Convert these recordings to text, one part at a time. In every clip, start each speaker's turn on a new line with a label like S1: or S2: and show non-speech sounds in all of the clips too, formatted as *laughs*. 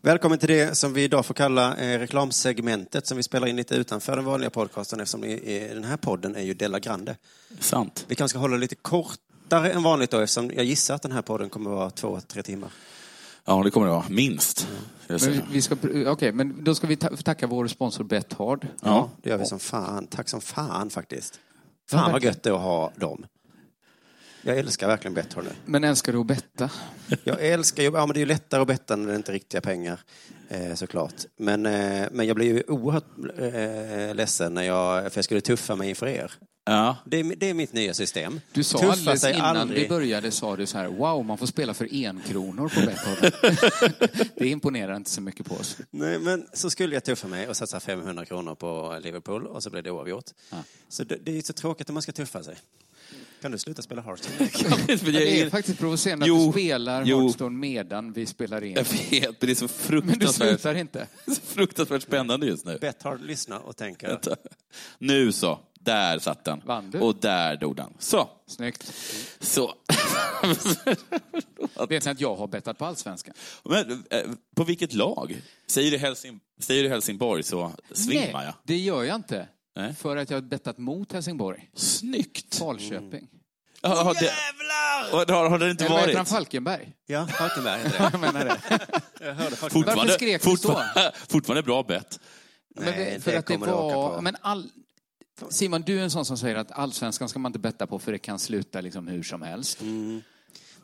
S1: Välkommen till det som vi idag får kalla eh, reklamsegmentet som vi spelar in lite utanför den vanliga podcasten eftersom i- i den här podden är ju Della Grande.
S2: Sant.
S1: Vi kanske ska hålla det lite kortare än vanligt då eftersom jag gissar att den här podden kommer att vara två, tre timmar.
S2: Ja, det kommer det vara. Minst. Jag
S3: Men vi,
S2: säger.
S3: vi ska, pr- okej, men då ska vi ta, tacka vår sponsor Bethard.
S2: Ja.
S1: Det gör vi som fan. Tack som fan faktiskt. Fan vad gött det är att ha dem. Jag älskar verkligen Betthard nu.
S3: Men älskar du att betta?
S1: Jag älskar ju, ja men det är ju lättare att betta när det inte är riktiga pengar eh, såklart. Men, eh, men jag blev ju oerhört eh, ledsen när jag, för jag skulle tuffa mig inför er.
S2: Ja.
S1: Det är, det är mitt nya system.
S3: Du sa
S1: Tuffa
S3: alldeles
S1: sig
S3: innan
S1: aldrig.
S3: vi började sa du så här, wow, man får spela för enkronor på Bethard.
S2: *laughs*
S3: det imponerar inte så mycket på oss.
S1: Nej, men så skulle jag tuffa mig och satsa 500 kronor på Liverpool och så blev det oavgjort. Så det, det är ju så tråkigt när man ska tuffa sig. Kan du sluta spela
S3: *laughs*
S1: Hearthstone?
S3: Det är faktiskt provocerande att
S2: Jo,
S3: du spelar
S2: jo.
S3: Hearthstone medan vi spelar in.
S2: *laughs* Jag vet, men det är så
S3: Men du
S2: fruktansvärt,
S3: slutar inte.
S2: *laughs* så fruktansvärt spännande just nu.
S1: Bethard lyssnar och tänker.
S2: Nu så. Där satt den.
S3: Vann du?
S2: Och där dog den. Så.
S3: Snyggt.
S2: Så.
S3: *laughs* Vet ni att jag har bettat på Allsvenskan?
S2: Men, eh, på vilket lag? Säger du, Helsing, säger du Helsingborg så svimmar jag.
S3: det gör jag inte.
S2: Nej.
S3: För att jag har bettat mot Helsingborg.
S2: Snyggt!
S3: Falköping.
S2: Ja, har det,
S1: Jävlar!
S2: och har, har det inte
S3: Eller vad heter han?
S2: varit?
S3: Falkenberg?
S1: Ja, Falkenberg heter det.
S3: *laughs* Jag menar det.
S1: Jag hörde Falkenberg.
S2: Fortfarande,
S3: Varför skrek du så?
S2: fortfarande, fortfarande bra bett.
S3: Men
S1: Nej,
S3: vi- för
S1: det
S3: att det
S1: kommer du åka
S3: var...
S1: på.
S3: Men all... Simon, du är en sån som säger att allsvenskan ska man inte betta på för det kan sluta liksom hur som helst.
S1: Mm.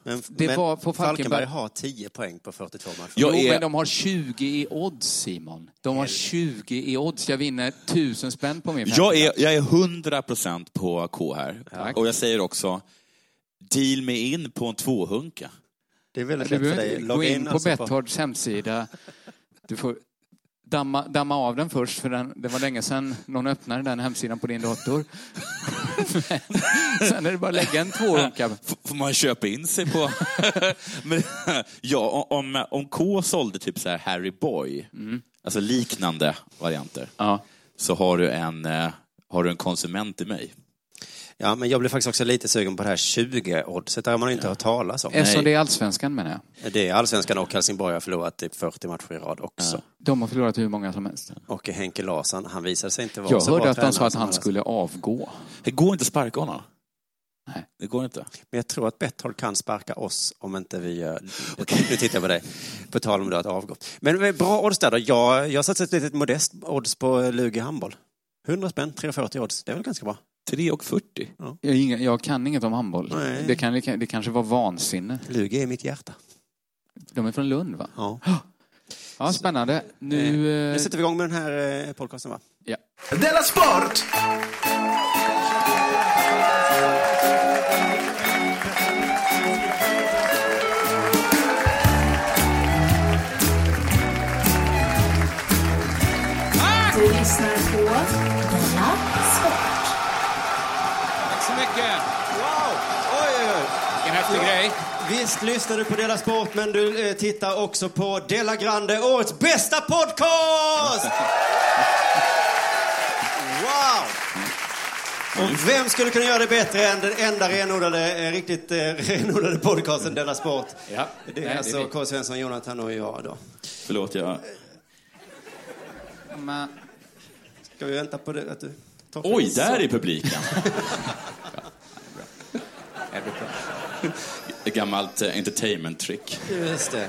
S1: Men,
S3: Det var på Falkenberg.
S1: har 10 poäng på 42 matcher.
S2: Jag
S3: Jo,
S2: är-
S3: men de har 20 i odds, Simon. De har 20 i odds. Jag vinner tusen spänn på min
S2: Jag är,
S3: femteplats.
S2: jag är 100% på K här.
S3: Tack.
S2: Och jag säger också, deal mig in på en tvåhunka.
S1: Det är väldigt
S3: Du
S1: lätt för
S3: behöver
S1: dig.
S3: inte gå in på
S1: alltså
S3: Bethards hemsida. Du får damma, damma av den först, för den, det var länge sedan någon öppnade den hemsidan på din dator. *laughs* Men Sen är det bara att lägga en tvåhunka.
S2: *laughs* F- får man köpa in sig på... *laughs* Men, ja, om, om K sålde typ så här Harry Boy,
S4: Mm.
S2: alltså liknande varianter,
S3: Ja.
S2: så har du, en, eh, har du en konsument i mig.
S1: Ja, men jag blev faktiskt också lite sugen på det här 20-oddset. Det har man ju inte hört talas om.
S3: Eftersom det är allsvenskan menar jag.
S1: Det är allsvenskan och Helsingborg har förlorat typ 40 matcher i rad också.
S3: De har förlorat hur många som helst.
S1: Och Henke Larsson, han visade sig inte vara
S3: Jag
S1: så bra
S3: hörde att de
S1: tränare
S3: sa att
S1: som
S3: han
S1: alla-
S3: skulle avgå.
S2: Det går inte att sparka honom.
S3: Nej.
S2: Det går inte.
S1: Men jag tror att Betthold kan sparka oss om inte vi
S3: Mm.
S1: gör... Nu tittar jag på dig. På tal om då att avgå. Men men bra odds där då. Jag, jag satsar ett litet modest odds på Lugi handboll. 100 spänn, 3,40 odds. Det är väl ganska bra.
S2: 3,40.
S3: Jag, är ingen- jag kan inget om handboll.
S1: Nej.
S3: Det, kan, det kanske var vansinne.
S1: Lugi är mitt hjärta.
S3: De är från Lund va?
S1: Ja.
S3: Ja, spännande. Nu...
S1: Nu
S3: eh,
S1: sätter vi igång med den här eh, podcasten va?
S3: Ja.
S5: Della Sport!
S6: Du lyssnar på Della Sport.
S3: Tack så mycket!
S1: Wow! Oj, oj, oj.
S3: Vilken häftig grej.
S1: Visst lyssnar du på Della Sport, men du eh, tittar också på Della Grande, årets bästa
S3: *laughs*
S1: podcast! Wow!
S3: Mm.
S1: Och vem skulle kunna göra det bättre än den enda renodlade, eh, riktigt eh, *laughs* renodlade podcasten Della Sport?
S3: Ja.
S1: Det är
S3: Nej, det är
S1: alltså
S3: vi.
S1: K. Svensson, Jonathan och jag då.
S2: Förlåt, jag...
S3: Men,
S1: Ska vi vänta på det, att du... tar
S2: Oj,
S1: plats?
S2: där är publiken! Ett gammalt eh, entertainment-trick.
S1: Just det.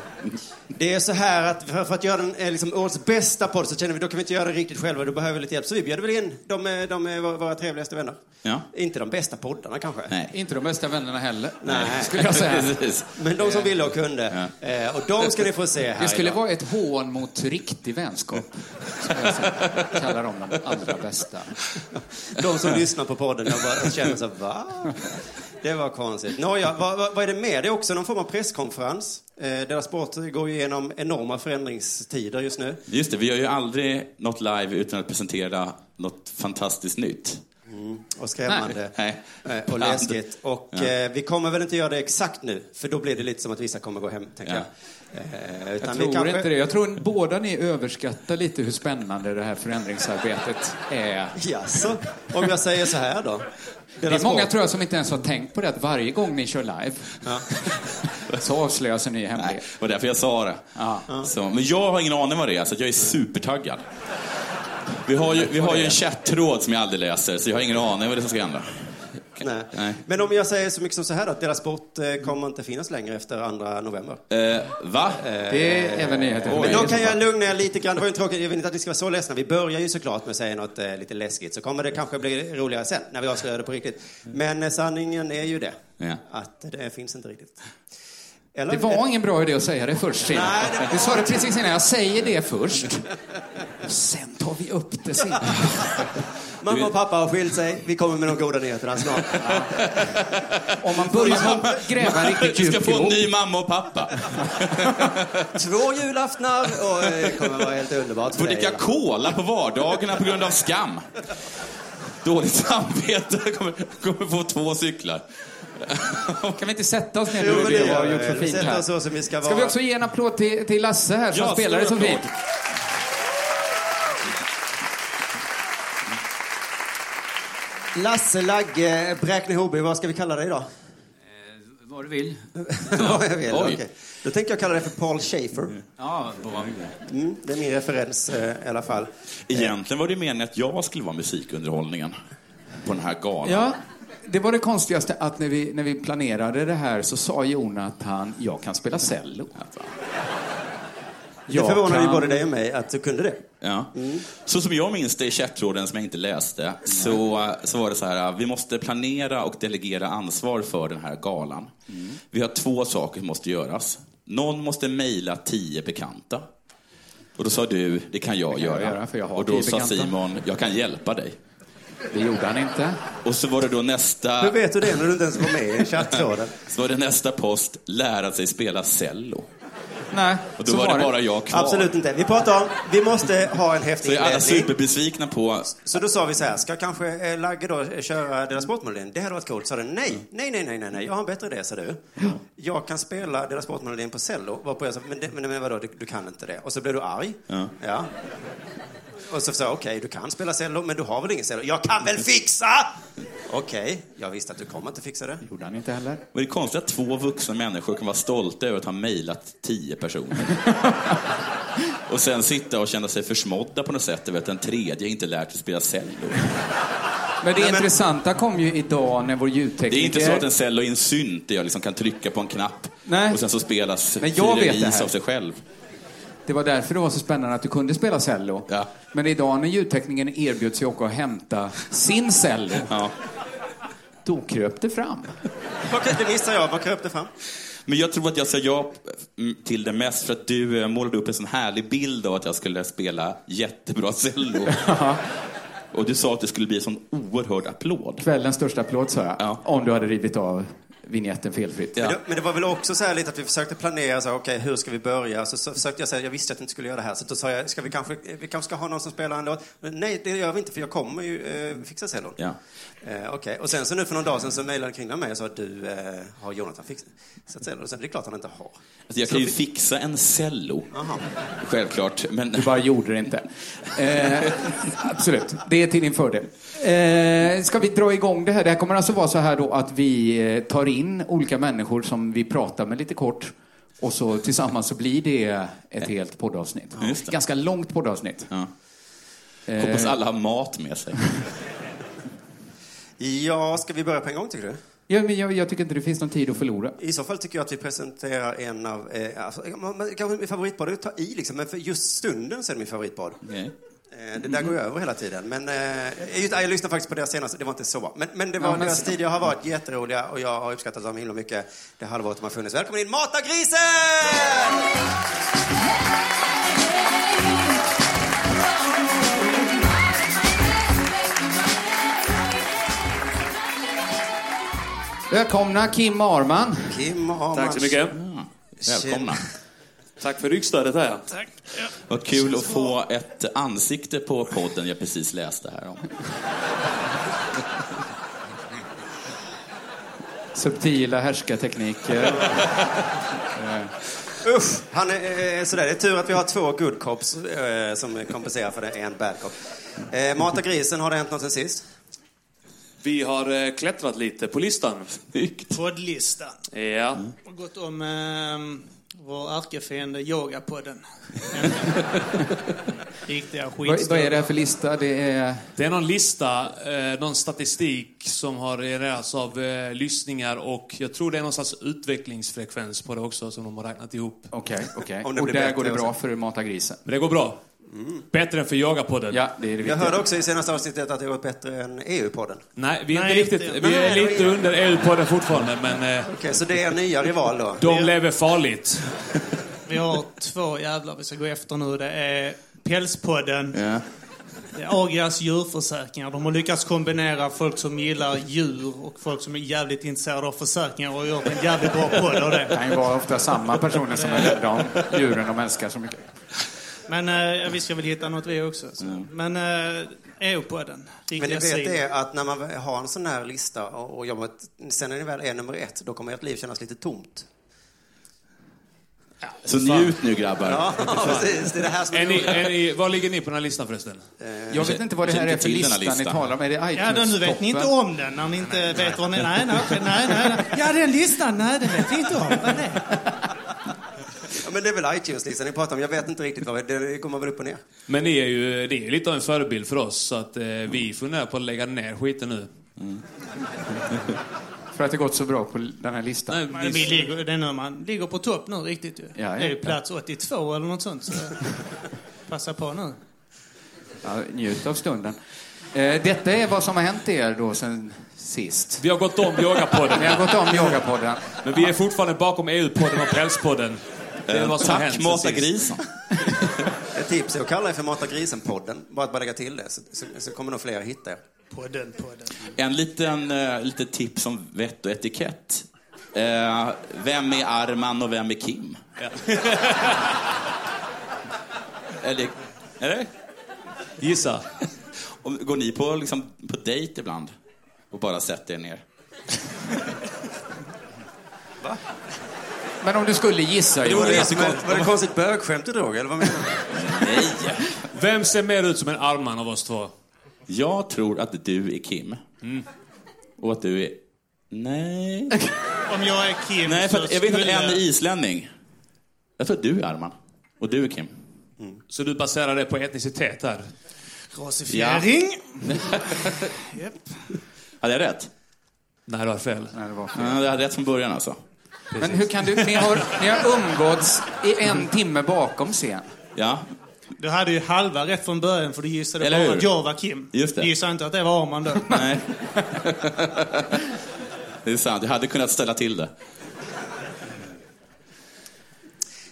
S1: Det är så här att för, för att göra den eh, liksom, årets bästa podd så känner vi då kan vi inte göra det riktigt själva, då behöver vi lite hjälp. Så vi bjöd väl in de, eh, de, eh, våra- våra trevligaste vänner.
S2: Ja.
S1: Inte de bästa poddarna kanske.
S2: Nej.
S3: inte de bästa vännerna heller,
S1: Nej.
S3: skulle
S1: *laughs*
S3: jag säga.
S2: Precis.
S1: Men de som ville och kunde. Eh, Och de ska ni få se här
S3: Det skulle
S1: idag.
S3: vara ett hån mot riktig vänskap. skulle jag säga. Kallar de de allra bästa.
S1: De som lyssnar på podden de bara känner så här, va? Det var konstigt. Nåja, vad, vad, vad är det med? Det är också någon form av presskonferens. Eh, deras sport går ju igenom enorma förändringstider just nu.
S2: Just det, vi gör ju aldrig något live utan att presentera något fantastiskt nytt.
S3: Mm.
S1: och skrämmande
S2: Nej.
S1: eh, och läskigt. Och eh, vi kommer väl inte göra det exakt nu, för då blir det lite som att vissa kommer gå hem, tänker
S2: Ja.
S1: jag. Eh, utan
S3: Jag
S1: vi
S3: tror
S1: kanske-
S3: inte det. Jag tror båda ni överskattar lite hur spännande det här förändringsarbetet är.
S1: Jaså, om jag säger så här då?
S3: Det är många tror jag som inte ens har tänkt på det att varje gång ni kör live så avslöjas en ny
S2: Nej,
S3: hemlighet.
S2: det var därför jag sa det.
S3: Ja.
S2: Så, men jag har ingen aning vad det är, så att jag är supertaggad. Vi har ju, vi har ju en chattråd som jag aldrig läser, så jag har ingen aning vad det är som ska hända.
S1: Nej.
S2: Nej.
S1: Men om jag säger så mycket som så här då, att deras sport eh, kommer inte finnas längre efter 2 november. Eh,
S2: Eh, va?
S3: Det är även nyheter för
S2: Oj.
S1: Men
S3: mig.
S1: då kan jag lugna er lite grann. Det var ju tråkigt. Jag vill inte att ni ska vara så ledsna. Vi börjar ju såklart med att säga något eh, lite läskigt. Så kommer det kanske bli roligare sen, när vi avslöjar det på riktigt.
S3: Mm.
S1: Men eh, sanningen är ju det,
S2: Ja.
S1: att det finns inte riktigt. Eller?
S3: Det var ingen bra idé att säga det först. Simon.
S1: Nej, det var-
S3: Du sa det precis innan. Jag säger det först. Och sen tar vi upp det sen.
S1: Mamma och pappa har skilt sig. Vi kommer med de goda nyheterna snart.
S3: Om man börjar gräva riktigt
S2: Du ska
S3: djupt i
S2: få en
S3: boken.
S2: ny mamma och pappa.
S1: *laughs* Två julaftnar och eh, det kommer vara helt underbart för
S2: Får dricka
S1: dig.
S2: cola på vardagarna på grund av skam. Dåligt samvete. Kommer, kommer få två cyklar.
S3: Kan vi inte sätta oss ner nu?
S1: Jo, men det
S3: vi
S1: gör
S3: har gjort
S1: vi.
S3: för
S1: Vi
S3: fint
S1: sätter
S3: här.
S1: oss så som vi ska vara.
S3: Ska vi också ge en applåd till, till Lasse här som
S2: Ja,
S3: spelar det så
S2: stor
S3: fint?
S2: applåd.
S1: Lasse Lagge, Bräkne Hoby, vad ska vi kalla dig idag?
S5: Vad du
S4: *laughs*
S5: vill.
S1: Ja, *laughs* jag vet.
S2: Oj.
S1: Okej. Då tänker jag kalla dig för Paul Schaefer.
S5: Ja, vad-
S1: Mm, det är min referens eh, i alla fall.
S2: Egentligen var det meningen att jag skulle vara musikunderhållningen på den här galan.
S3: Ja, det var det konstigaste att när vi, när vi planerade det här så sa Jonathan, jag kan spela cello.
S1: Det förvånar ju både dig och mig att du
S3: Mm.
S1: kunde det. Mm.
S2: Ja. Så som jag minns det i chattråden som jag inte läste, så, så var det så här, vi måste planera och delegera ansvar för den här galan. Vi har två saker som måste göras. Någon måste mejla tio bekanta. Och då sa du, det kan jag,
S3: jag
S2: göra.
S3: göra, för jag har
S2: Och då
S3: tio
S2: sa
S3: bekanta.
S2: Simon, jag kan hjälpa dig.
S3: Det gjorde han inte.
S2: Och så var det då nästa,
S1: Hur vet du det när du inte ens var med i chattråden?
S2: *laughs* så var det nästa post, lära sig spela cello.
S3: Nej,
S2: Och då var, det bara jag kvar.
S1: Absolut inte. Vi pratar om, vi måste ha en
S2: Så
S1: häftig
S2: är alla
S1: inledning.
S2: superbesvikna på
S1: Så då sa vi så här, ska kanske eh, Lagge då eh, köra deras sportmelodin? Det hade varit coolt. Sa du nej, nej, nej, nej, nej, nej, jag har en bättre idé, sa du. Jag kan spela deras sportmelodin på cello. Varpå jag sa, men, det, men, men vadå, du, du kan inte det? Och så blev du arg.
S2: Ja.
S1: ja. Och så sa jag, okej, du kan spela cello, men du har väl ingen cello? Jag kan väl fixa! Okej, jag visste att du kommer inte fixa det.
S3: gjorde han inte heller.
S2: Men det är konstigt att två vuxna människor kan vara stolta över att ha mejlat tio personer. och sen sitta och känna sig försmådda på något sätt över att den tredje inte lärt sig spela cello.
S3: Men det
S1: Nej, men-
S3: intressanta kom ju idag när vår
S2: Det
S3: ljudtekniker...
S2: är inte så att en cello är en synt där jag liksom kan trycka på en knapp
S3: Nej.
S2: och sen så spelas
S3: Men jag vet det
S2: Fyrverkeris
S3: här.
S2: av sig själv.
S3: Det var därför det var så spännande att du kunde spela cello.
S2: Ja.
S3: Men idag när ljudteknikern erbjöd sig att åka och hämta sin cello,
S2: Ja.
S3: då kröp det fram.
S1: Okej, det missar jag. Vad kröp det fram?
S2: Men jag tror att jag sa ja mm, till det mest för att du eh, målade upp en sån härlig bild av att jag skulle spela
S3: *laughs*
S2: jättebra cello. och du sa att det skulle bli en sån oerhörd applåd.
S3: Kvällens största applåd, sa jag.
S2: Ja.
S3: Om du hade rivit av vignetten felfritt.
S2: Ja.
S1: Men, det, men det var väl också så här lite att vi försökte planera, så här, okej, hur ska vi börja? Så, så försökte jag säga, jag visste att jag inte skulle göra det här, så då sa jag, ska vi kanske, vi kanske ska ha någon som spelar en låt? Men nej, det gör vi inte, för jag kommer ju eh, fixa cellon.
S2: Ja.
S1: Eh, okej. Och sen så nu för någon dag sedan så mejlade Kringlan mig och sa, du, eh, har Jonathan fixat cellon? Och sen, det är klart han inte har.
S2: Alltså jag kan ju fixa en cello.
S1: Aha.
S2: Självklart. Men
S3: Du bara gjorde det inte. Eh, absolut, det är till din fördel. Eh, ska vi dra igång det här? Det här kommer alltså vara så här då att vi eh, tar in olika människor som vi pratar med lite kort och så tillsammans så blir det ett helt poddavsnitt.
S2: Just det.
S3: Ganska långt poddavsnitt. Eh.
S2: ja. hoppas alla har mat med sig.
S1: Ja, ska vi börja på en gång tycker du?
S3: *laughs* Ja, men jag, jag tycker inte det finns någon tid att förlora.
S1: I så fall tycker jag att vi presenterar en av, eh, alltså, man- man- kanske min favoritpodd är att ta i liksom, men för just stunden så är det min favoritpodd.
S2: Okej.
S1: Eh, Det där går ju över hela tiden. Men, eh, just, jag lyssnade faktiskt på deras senaste, det var inte så bra. Men, men det var
S3: Ja, men-
S1: deras tidigare har varit jätteroliga och jag har uppskattat dem himla mycket. Det halvåret de har funnits. Välkommen in Mata grisen!
S3: Välkomna Kim Arman.
S1: Kim och Arman.
S7: Tack så mycket.
S2: Välkomna.
S7: Tack för ryggstödet här.
S2: Vad kul att få ett ansikte på podden jag precis läste här om.
S3: Subtila härskartekniker.
S1: Eh, Usch! Han är eh, sådär. Det är tur att vi har två good cops eh, som kompenserar för det, en bad cop. Eh, Mata grisen, har det hänt något sen sist?
S7: Vi har eh, klättrat lite på listan.
S8: Poddlistan.
S7: Ja.
S3: Mm.
S8: Och gått om eh, vår ärkefiende
S3: *laughs*
S8: Yogapodden. Riktiga
S3: vad,
S8: skitstövlar.
S3: vad är det här för lista? Det är...
S9: Det är någon lista, eh, någon statistik som har genererats av eh, lyssningar och jag tror det är någon slags utvecklingsfrekvens på det också som de har räknat ihop.
S3: Okej, okej.
S1: Om det
S3: Och
S1: blir
S3: där
S1: bättre
S3: går det
S1: och
S3: bra för Mata grisen.
S9: Men det går bra. Bättre än för Jagarpodden.
S3: Ja, det
S1: Mm.
S3: är det
S1: Jag
S3: viktiga.
S1: hörde också i senaste avsnittet att det har gått bättre än E EU-podden. Okej,
S9: Nej, vi är
S8: Nej,
S9: inte
S8: inte-
S9: riktigt... Vi är
S1: Nej,
S9: lite
S1: det var-
S9: under EU-podden fortfarande, men eh,
S1: så det är en nya rival då?
S9: de lever farligt.
S8: Vi har två jävlar vi ska gå efter nu. Det är Pälspodden. Det är Agias djurförsäkringar. De har lyckats kombinera folk som gillar djur och folk som är jävligt intresserade av försäkringar och gjort en jävligt bra podd av
S3: Det
S8: det.
S3: kan ju vara ofta samma personer som är rädda om djuren de älskar så mycket.
S8: Men eh, vi ska väl hitta något vi också. Så. Men eh, EU-podden.
S1: Men
S8: Riktiga
S1: ni vet
S8: svin.
S1: det att när man har en sån här lista och och jobbar, sen när ni väl är nummer ett, då kommer ert liv kännas lite tomt.
S2: Så njut nu grabbar.
S1: Ja, precis. Det är det här som
S9: Är
S1: är
S9: ni,
S1: roligt.
S9: är ni, var ligger ni på den här listan förresten?
S3: Eh, Jag vet inte vad det här är för
S2: Känner inte till den
S3: lista
S2: här
S3: ni
S2: listan.
S3: talar om. Är det
S8: Ja, då, nu vet ni inte
S3: iTunes-toppen?
S8: om den när ni inte vet vad ni... Nej, nej, okej, nej, nej, nej. Ja, den listan, nej, det vet ni inte om. Vad det är.
S1: Ja, men det är väl iTunes-listan ni pratar om. Jag vet inte riktigt vad det Det kommer väl upp och ner.
S9: Men ni är ju, det är ju lite av en förebild för oss, så att eh, vi funderar på att lägga ner skiten nu.
S3: Mm. *laughs* För att det gått så bra på den här listan.
S9: Nej,
S8: Men vi ligger, det är nu man ligger på topp nu riktigt ju.
S3: Ja, ja.
S8: det är ju plats 82 eller något sånt. Så
S2: *laughs*
S8: passa på nu.
S3: Ja, njut av stunden. Eh, detta är vad som har hänt er då sen sist.
S9: Vi har gått om Jagarpodden.
S3: Ni har gått om yogapodden.
S9: Men vi är fortfarande bakom EU-podden och
S1: Eh,
S9: Pälspodden. Det är vad som hänt
S2: Tack
S9: sen
S2: Mata
S9: sist.
S2: grisen.
S1: Ett tips är att kalla er för Mata grisen-podden. Bara att bara lägga till det, så, så, så kommer nog fler hitta er.
S8: Podden, podden.
S2: En liten eh, lite tips om vett och etikett. Eh, vem är Arman och vem är Kim? *laughs* Eller, eller?
S9: Gissa.
S2: Om- Går ni på, liksom, på dejt ibland och bara sätter er ner?
S3: Men om du skulle gissa
S1: Var
S3: Johan.
S1: det, var, var det konstigt bögskämt du drog, eller vad menar du?
S2: Nej!
S9: Vem ser mer ut som en arman av oss två?
S2: Jag tror att du är Kim.
S9: Mm.
S2: Och att du är... Nej.
S8: Om jag är Kim
S2: Nej, för att
S8: så
S2: jag vet att
S8: skulle...
S2: en är islänning. Jag tror att du är Arman. Och du är Kim.
S9: Mm. Så du baserar det på etnicitet här?
S8: Rasifiering.
S2: Hade jag rätt?
S9: Nej, du har fel.
S3: Nej, det var fel.
S2: Ja, jag hade rätt från början alltså.
S3: Men hur kan du... Ni har, ni har umgåtts i en timme bakom scen.
S2: Ja,
S8: Du hade ju halva rätt från början för du gissade
S2: Eller
S8: bara
S2: hur?
S8: att jag var Kim.
S2: Just det.
S8: Du gissade inte att det var Arman då.
S2: nej. Det är sant, jag hade kunnat ställa till det.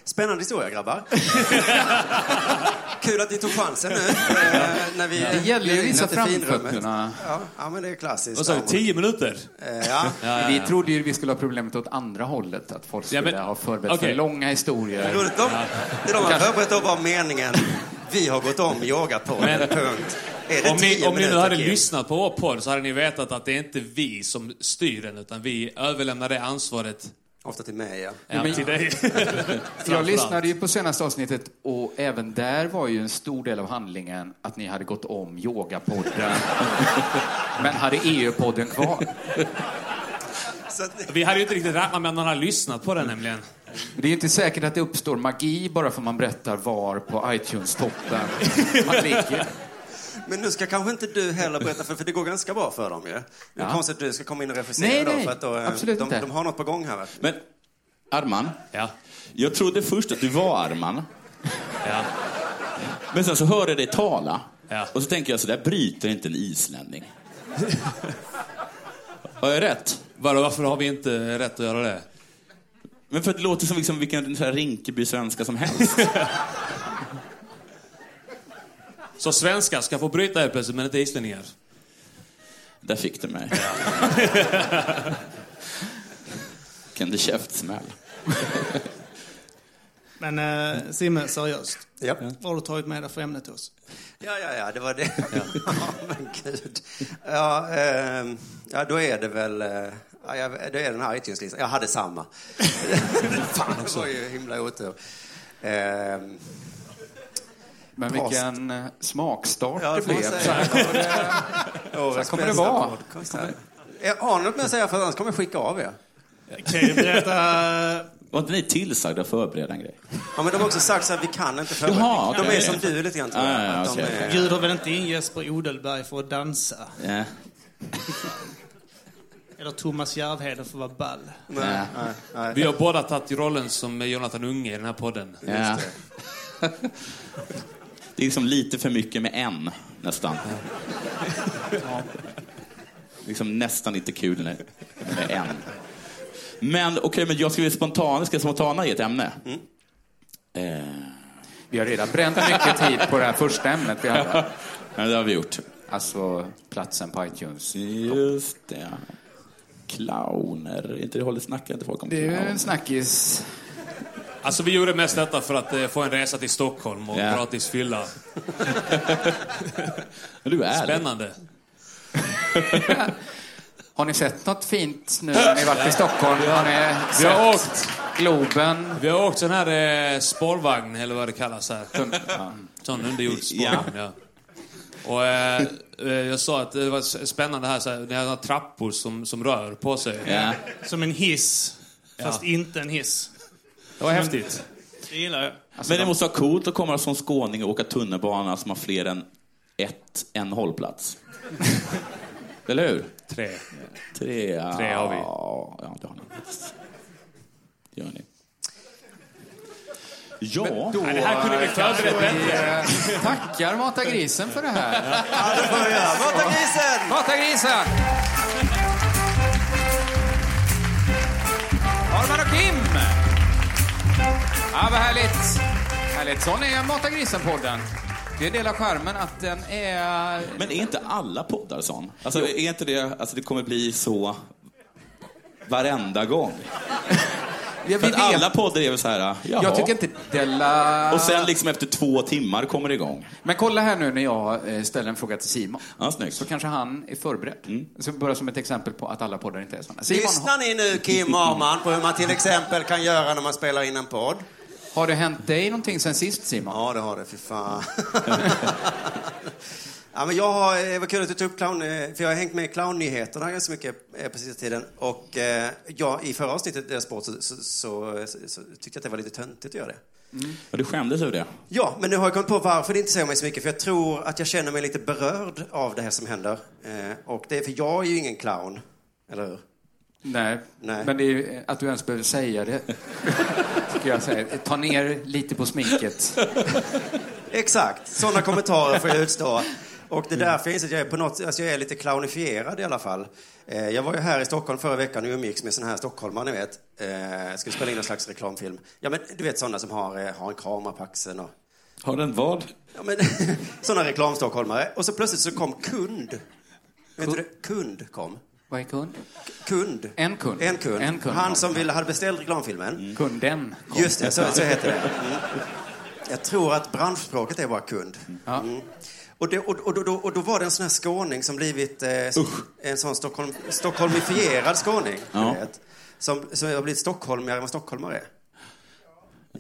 S1: Spännande historia,
S3: *laughs*
S1: grabbar. Kul att ni tog chansen nu. eh, när vi
S3: Det gäller ju att visa
S1: bjöd in er till finrummet.
S3: framfötterna.
S1: Ja, ja, men det är klassiskt.
S9: Vad sa du? Tio minuter?
S1: Eh, ja.
S3: Vi trodde ju vi skulle ha problemet åt andra hållet. Att folk skulle
S9: men-
S3: ha förberett för
S9: okej.
S3: långa historier.
S1: Roligt, de, det de har förberett då var meningen. Vi har gått om yogapodden,
S9: Men-
S1: punkt. Är det
S9: Om ni,
S1: tio
S9: om ni nu
S1: minuter,
S9: hade
S1: Kim?
S9: lyssnat på vår podd så hade ni vetat att det är inte vi som styr den, utan vi överlämnar det ansvaret
S1: Ofta till mig, ja.
S9: ja, till *laughs* dig.
S3: Jag lyssnade ju på senaste avsnittet och även där var ju en stor del av handlingen att ni hade gått om
S9: *laughs*
S3: yogapodden. Men hade EU-podden kvar.
S1: Så att,
S9: Vi hade ju inte riktigt räknat med att någon hade lyssnat på den nämligen.
S3: Det är ju inte säkert att det uppstår magi bara för man berättar var på iTunes-toppen man ligger.
S1: men nu ska kanske inte du heller berätta, för, för det går ganska bra för dem ju. Det är
S3: Ja.
S1: konstigt att du ska komma in och regissera
S3: Nej,
S1: då,
S3: nej,
S1: för att då, eh,
S3: absolut
S1: de,
S3: inte.
S1: de har något på gång här. va?
S2: Men Arman,
S9: Ja.
S2: jag trodde först att du var Arman.
S9: Ja.
S2: Men sen så hörde jag dig tala.
S9: Ja.
S2: Och så tänker jag så där bryter inte en islänning. Har jag rätt?
S9: Vadå, varför har vi inte rätt att göra det?
S2: Men för att det låter som liksom vilken så här Rinkeby-svenska som helst.
S9: Så svenskar ska få bryta helt plötsligt, men inte islänningar?
S2: Där fick du mig. Kan det käftsmäll.
S8: Men eh, Simme, seriöst.
S1: Ja.
S8: Vad har du tagit med dig för ämne till oss?
S1: Ja, ja, ja, det var *laughs* det. Ja, men gud. Ja, ehm, ja, då är det väl eh, Ja, jag, det är den här iTunes-listan. Jag hade samma. *laughs* Fan också. Det var ju himla otur. Ehm,
S3: Men
S1: Prost.
S3: vilken eh, smakstart
S1: Ja,
S3: det
S1: det får man
S3: blev.
S1: säga.
S3: Så här kommer
S1: *laughs*
S3: det-
S1: årets
S3: kommer det
S1: bästa
S3: vara.
S1: podcast här. Jag har något med att säga för annars kommer jag skicka av er.
S8: Kan jag berätta
S2: Var inte ni tillsagda att förbereda en grej?
S1: Ja, men de har också sagt så här, vi kan inte förbereda.
S2: Jaha,
S1: de
S2: okej. Ah,
S1: är som du lite grann tror
S2: Ja, ja, ja,
S1: Att de
S2: okej,
S1: är-
S2: okej.
S8: bjuder väl inte in Jesper Odelberg för att dansa?
S2: Ja.
S8: Eller Thomas Järvheden för att vara ball?
S1: Nej, nej, nej.
S9: Vi har båda tagit rollen som Jonathan Unge i den här podden.
S2: Ja. Det är liksom lite för mycket med en, nästan. Liksom nästan inte kul när- med en. Men okej, men jag ska, spontana, ska jag spontana i ett ämne. Eh,
S3: Mm. Vi har redan bränt mycket tid på det här första ämnet vi hade.
S2: *laughs* ja, det har vi gjort.
S3: Alltså platsen på iTunes.
S2: Just det. Clowner. Inte det håller snackar inte folk om
S3: Det är ju en
S2: clowner?
S3: snackis.
S9: Alltså vi gjorde mest detta för att eh, få en resa till Stockholm och
S2: Ja.
S9: gratis fylla.
S2: Men Du är ärlig.
S9: Spännande.
S3: Har ni sett något fint nu när ni varit i Stockholm? Har ni
S9: Vi har
S3: sett
S9: åkt,
S3: Globen?
S9: vi har åkt sån här eh, spårvagn, eller vad det kallas här.
S3: Ja.
S9: Sån underjordsspårvagn, ja. Och eh, eh, jag sa att det var s- spännande här, så här det här trappor som, som rör på sig.
S2: Ja.
S8: Som en hiss, fast inte en hiss.
S9: Det var häftigt.
S8: Det gillar jag.
S9: Alltså,
S2: Men det måste vara coolt att komma som skåning och åka tunnelbana som har fler än ett, en
S9: *laughs*
S2: hållplats. Eller hur?
S9: Tre.
S2: Tre.
S9: Tre har vi.
S2: Ja, det har ni. Det gör ni. Ja.
S3: Då
S9: Det här kunde vi förberett bättre.
S3: eh, tackar Mata Grisen för det här.
S1: Ja, det får vi göra. Borta grisen!
S3: Mata Grisen! Arman och Kim! Ja, vad härligt. Härligt. Sån är Mata Grisen-podden. Det är en del av skärmen att den är...
S2: Men är inte alla poddar sån? Alltså, är inte det, alltså det kommer bli så varenda
S9: *laughs*
S2: gång.
S3: Ja,
S2: För att alla poddar är väl så här, jaha.
S3: Jag tycker inte Della...
S2: Och sen liksom efter två timmar kommer det igång.
S3: Men kolla här nu när jag eh, ställer en fråga till Simon.
S2: Ja, snyggt.
S3: Så kanske han är förberedd. Så bara som ett exempel på att alla poddar inte är sådana. Simon,
S1: Lyssnar ni nu, Kim och Arman, på hur man till exempel kan göra när man spelar in en podd?
S3: har det hänt dig någonting sen sist Simon?
S1: Ja, det har det. Fy fan. *laughs* ja, men jag har, det var kul att du tog upp clown, eh, för jag har hängt med i clownnyheterna ganska mycket eh, på sista tiden. Och eh, jag, i förra avsnittet, Deras Sport, så, så, så, så, så tyckte jag att det var lite töntigt att göra det.
S9: Mm.
S2: Ja, du skämdes över det.
S1: Ja, men nu har jag kommit på varför det intresserar mig så mycket. För jag tror att jag känner mig lite berörd av det här som händer. Eh, och det är för jag är ju ingen clown, eller hur?
S3: Nej.
S1: Nej.
S3: Men det är ju eh, att du ens behöver säga det. Tycker jag säger. Ta ner lite på sminket.
S1: Exakt,
S2: *laughs*
S1: sådana kommentarer får jag utstå. Och
S2: Mm.
S1: det är därför jag inser att jag är, på något, alltså jag är lite clownifierad i alla fall. Eh, jag var ju här i Stockholm förra veckan och umgicks med sådana här stockholmare, ni vet. Eh, jag skulle spela in någon slags reklamfilm. Ja, men du vet sådana som har, eh, har en kamera på axeln och...
S2: Har den vad?
S1: Ja, men *laughs* sådana reklamstockholmare. Och så plötsligt så kom kund. Vet du det? Kund kom.
S3: Vad är kund?
S1: Kund.
S3: En kund.
S1: En kund.
S3: En kund. Mm.
S1: Han som ville, hade beställt reklamfilmen.
S3: Kunden.
S1: Just det, så, så heter det. Mm. Jag tror att branschspråket är bara kund.
S3: Ja.
S1: Mm. Och, det, och, och, då- och då var det en sån här skåning som blivit eh, en sån Stockholm, stockholmifierad skåning.
S2: Ja.
S1: Du vet, som, som har blivit stockholmare än vad stockholmare är.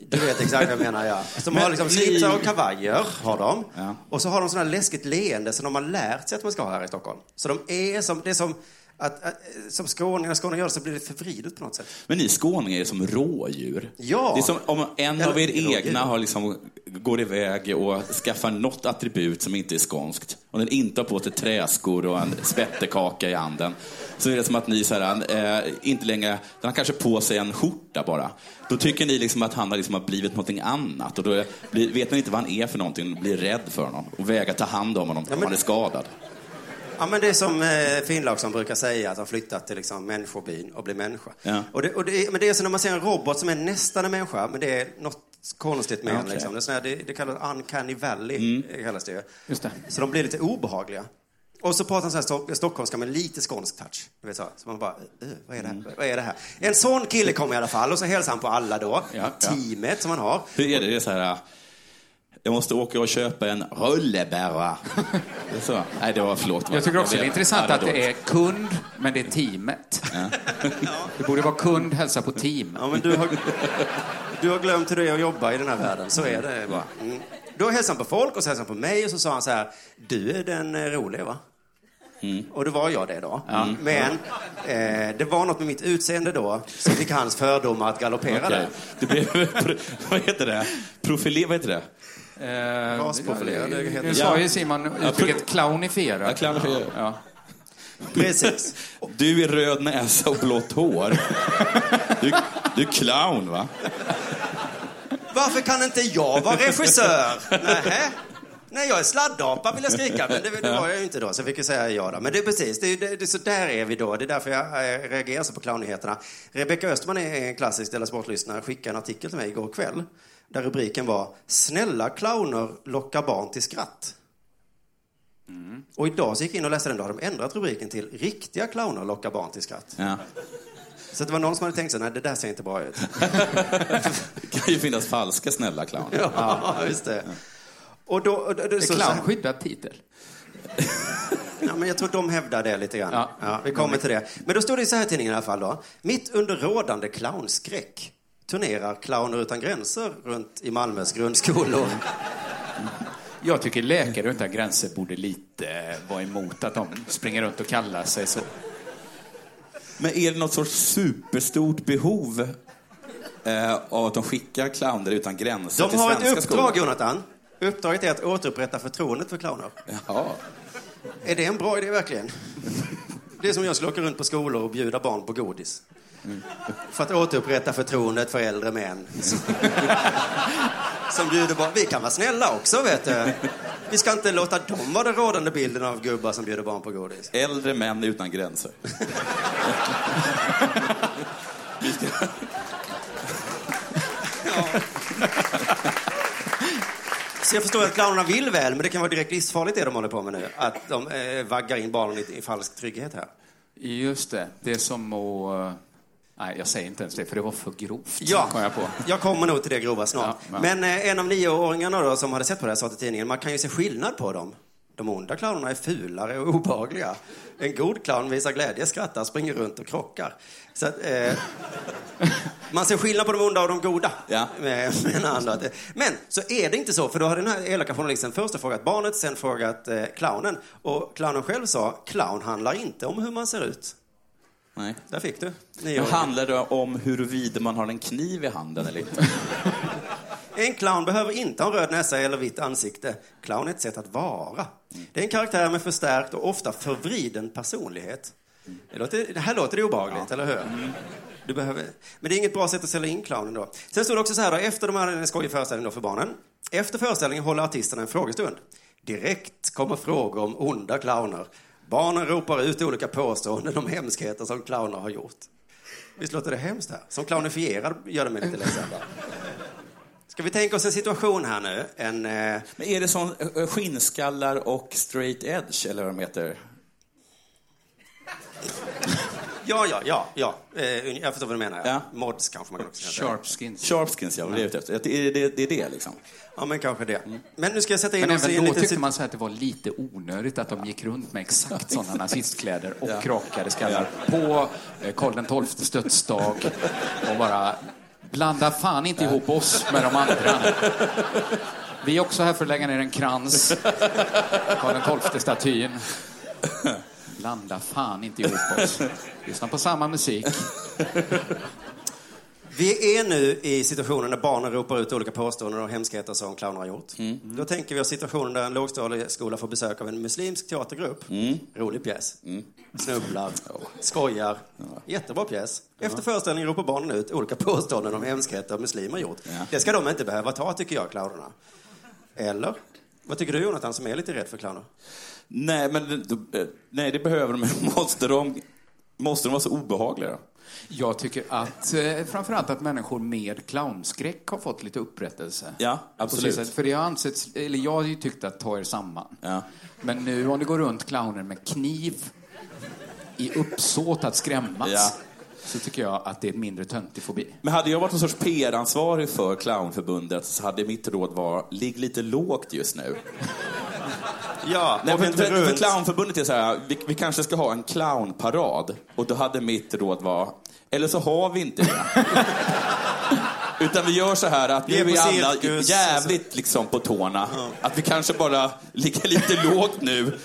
S1: Du vet exakt vad jag menar, ja. Som har liksom
S2: ni-
S1: slipsar och kavajer, har de.
S2: Ja.
S1: Och så har de sådana här läskigt leende som de har lärt sig att man ska ha här i Stockholm. Så de är som, det är som, att, att, som skåningar och skåningar gör det så blir det förvridet på något sätt.
S2: Men ni skåningar är som rådjur.
S1: Ja.
S2: Det är som om en
S1: Ja,
S2: av er
S1: rådjur.
S2: egna har liksom, går iväg och skaffar något attribut som inte är skånskt. Om den inte har på sig träskor och en spettekaka i handen. Så är det som att ni så här, eh, inte längre, den har kanske på sig en skjorta bara. Då tycker ni liksom att han har, liksom har blivit någonting annat. Och då blir, vet ni inte vad han är för någonting och blir rädd för honom. Och vägrar ta hand om honom om
S1: men-
S2: han är skadad.
S1: Ja, men det är som eh, Finnlag som brukar säga att de flyttat till liksom, människobyn och blir människa.
S2: Ja.
S1: Och det, och det, är- men det är så när man ser en robot som är nästan en människa, men det är något konstigt med den.
S2: Okej.
S1: Liksom.
S2: Mm.
S1: Det, är sån här, det, det kallas uncanny valley, eh, kallas det ju.
S3: *laughs* Just det.
S1: Så de blir lite obehagliga. Och så pratar han så här stock, stockholmska med lite skånsk touch. Du vet så, så man bara, "Eh, eh, vad är det här?
S2: Mm.
S1: Vad är det här? En sån kille kommer i alla fall och så hälsar han på alla då,
S2: Ja, ja.
S1: teamet som han har.
S2: Hur är det? Det är så här... Jag måste åka och köpa en rullebärra. Det är så. Nej, det var förlåt.
S3: Jag tycker också det är
S2: vet.
S3: intressant
S2: Ja,
S3: att det är kund, men det är teamet. Det borde vara kund hälsa på team.
S1: Ja, men du har, du har glömt hur det är att jobba i den här världen. Så är det bara. Mm. Då hälsade han på folk och så hälsade han på mig och så sa han så här. Du är den eh, roliga va? Och det var jag det då. Mm. Men eh, det var något med mitt utseende då som fick hans fördomar att galoppera
S2: Okej.
S1: där.
S2: Det blev, vad heter det? Profilé, vad heter det?
S3: Eh,
S1: Rasprofilerad, det heter
S3: Nu
S1: det.
S3: sa ju Simon uttrycket clownifierat.
S2: Clownifierad.
S3: Ja.
S1: Precis.
S2: Du är röd näsa och blått hår. Du, du är clown, va?
S1: Varför kan inte jag vara regissör? Nähä? Nej, jag är sladdapa vill jag skrika, men det, det var jag ju inte då, så jag fick ju säga ja då. Men det är precis, det, är- det, det, så där är vi då. Det är därför jag eh, reagerar så på clownnyheterna. Rebecka Östman är en klassisk Della Sport-lyssnare, skickade en artikel till mig igår kväll där rubriken var “Snälla clowner lockar barn till skratt”. Och idag så gick jag in och läste den, då hade de ändrat rubriken till “Riktiga clowner lockar barn till skratt”.
S2: Ja.
S1: Så det var någon som hade tänkt sig, nej det där ser inte bra ut.
S2: Det kan ju finnas falska snälla clowner.
S1: Ja, just det. Och då, och då,
S3: Det
S1: så-
S3: är clownskyddad titel.
S1: *laughs* Ja, men jag tror de hävdar det lite grann.
S3: Ja.
S1: Ja. vi kommer till det. Men då står det så här i tidningen i alla fall då. Mitt under rådande clownskräck turnerar Clowner utan gränser runt i Malmös grundskolor.
S3: Jag tycker Läkare utan gränser borde lite vara emot att de springer runt och kallar sig så.
S2: Men är det något sorts superstort behov eh, av att de skickar clowner utan gränser
S1: De
S2: till
S1: har
S2: svenska
S1: ett uppdrag,
S2: skolor?
S1: Jonathan. Uppdraget är att återupprätta förtroendet för clowner.
S2: Ja.
S1: Är det en bra idé verkligen? Det är som jag skulle åka runt på skolor och bjuda barn på godis. För att återupprätta förtroendet för äldre män. som- Som bjuder barn. Vi kan vara snälla också, vet du. Vi ska inte låta dem vara den rådande bilden av gubbar som bjuder barn på godis.
S2: Äldre män utan gränser.
S1: Så jag förstår att clownerna vill väl, men det kan vara direkt livsfarligt det de håller på med nu. Att de eh, vaggar in barnen i, i falsk trygghet här.
S3: Just det, det är som att... Nej, jag säger inte ens det, för det var för grovt.
S1: Ja,
S3: Kom jag på.
S1: jag kommer nog till det grova snart.
S3: Ja, ja.
S1: Men eh, en av nioåringarna då, som hade sett på det här sa till tidningen, man kan ju se skillnad på dem. De onda clownerna är fulare och obehagliga. En god clown visar glädje, skrattar, springer runt och krockar. Så att, eh, man ser skillnad på de onda och de goda.
S2: Ja.
S1: Med, med den andra. Men så är det inte så, för då har den här elaka journalisten först frågat barnet, sen frågat eh, clownen. Och clownen själv sa, clown handlar inte om hur man ser ut.
S2: Nej.
S1: Där fick du.
S2: Då
S1: Nioåringen.
S2: handlar det om huruvida man har en kniv i handen eller inte.
S1: *laughs* En clown behöver inte ha en röd näsa eller vitt ansikte. Clown är ett sätt att vara. Det är en karaktär med förstärkt och ofta förvriden personlighet. Det, låter, det här låter det obehagligt, eller hur?
S2: Mm.
S1: Du behöver... Men det är inget bra sätt att sälja in clownen då. Sen står det också så här då, efter de här en skojig föreställning då för barnen. Efter föreställningen håller artisterna en frågestund. Direkt kommer frågor om onda clowner. Barnen ropar ut olika påståenden om hemskheter som clowner har gjort. Visst låter det hemskt här? Som clownifierad gör det mig
S2: *laughs*
S1: lite ledsen. va? Ska vi tänka oss en situation här nu? En, eh,
S2: Men är det som eh, skinnskallar och straight edge, eller vad de heter?
S1: ja, ja, ja, ja. Eh, jag förstår vad du menar.
S2: Ja.
S1: Ja. Mods kanske man kan också säga.
S3: Sharpskins.
S2: Sharpskins, ja. vad Det är ute efter. Att det, är- det, det är det, liksom. Mm.
S1: Ja, men kanske det. Men nu ska jag sätta in
S3: Men
S1: oss i
S3: även
S1: en
S3: då
S1: liten...
S3: tyckte
S1: sit-
S3: man så här att det var lite onödigt att de gick runt med
S1: *laughs*
S3: exakt sådana nazistkläder och krakade skallar på eh, Karl XII dödsdag och bara blanda fan inte ihop oss med de andra. Vi är också här för att lägga ner en krans. Karl XII-statyn. Blanda fan inte ihop oss. Lyssna på samma musik.
S1: Vi är nu i situationen där barnen ropar ut olika påståenden och hemskheter som clowner har gjort.
S3: Mm.
S1: Då tänker vi oss situationen där en lågstadieskola får besök av en muslimsk teatergrupp.
S3: Mm.
S1: Rolig pjäs.
S3: *laughs*
S1: Snubblar, skojar. Jättebra pjäs. Efter föreställningen ropar barnen ut olika påståenden om hemskheter muslimer gjort. Det ska de inte behöva ta, tycker jag, clownerna. Eller? Vad tycker du, Jonathan, som är lite rädd för clowner?
S2: Nej, men det- det- nej, det behöver de inte. Måste de, måste de vara så obehagliga? då?
S3: Jag tycker att eh, framförallt att människor med clownskräck har fått lite upprättelse.
S2: Ja, absolut.
S3: Precis, för det har ansetts, eller jag har ju tyckt att ta er samman.
S2: Ja.
S3: Men nu om du går runt clownen med kniv i uppsåt att skrämmas.
S2: Ja.
S3: så tycker jag att det är mindre töntig fobi.
S2: Men hade jag varit någon sorts PR-ansvarig för Clownförbundet så hade mitt råd varit, ligg lite lågt just nu.
S1: Ja,
S2: Nej,
S1: och
S2: för,
S1: inte
S2: för, för
S1: runt.
S2: Clownförbundet är så här, vi, vi kanske ska ha en clownparad. Och då hade mitt råd var, eller så har vi inte
S1: *laughs*
S2: det. Utan vi gör så här att nu
S1: Vi är
S2: är vi
S1: på
S2: alla
S1: cirkus,
S2: jävligt liksom på tårna. Att vi kanske bara ligger lite lågt nu.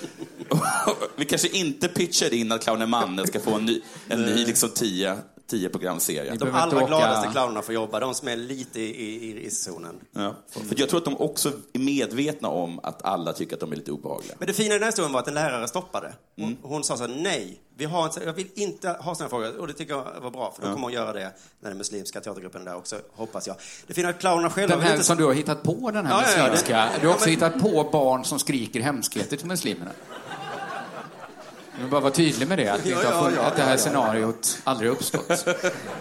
S2: *laughs* vi kanske inte pitchar in att clownen Manne ska få en ny, en ny liksom tio, tio programserie.
S3: behöver
S1: De
S3: inte åka-
S1: allra gladaste clownerna får jobba, de som är lite i, i, i riskzonen.
S2: Ja.
S10: Mm.
S2: För jag tror att de också är medvetna om att alla tycker att de är lite obehagliga.
S1: Men det fina i den här historien var att en lärare stoppade. Hon,
S3: Mm.
S1: hon sa så här, nej, vi har inte, jag vill inte ha sådana frågor. Och det tycker jag var bra, för då kommer hon göra det när den muslimska teatergruppen är där också, hoppas jag. Det fina är att clownerna själva
S3: Den
S1: vill
S3: här
S1: inte...
S3: som du har hittat på, den här
S1: Ja, ja, ja,
S3: muslimska.
S1: det-
S3: Du har också
S1: Ja, men-
S3: hittat på barn som skriker hemskheter till muslimerna. Jag vill bara vara tydlig med det, att, det inte
S1: Ja,
S3: har
S1: ja,
S3: funnits,
S1: ja,
S3: att det
S1: ja,
S3: här
S1: ja.
S3: scenariot aldrig har uppstått.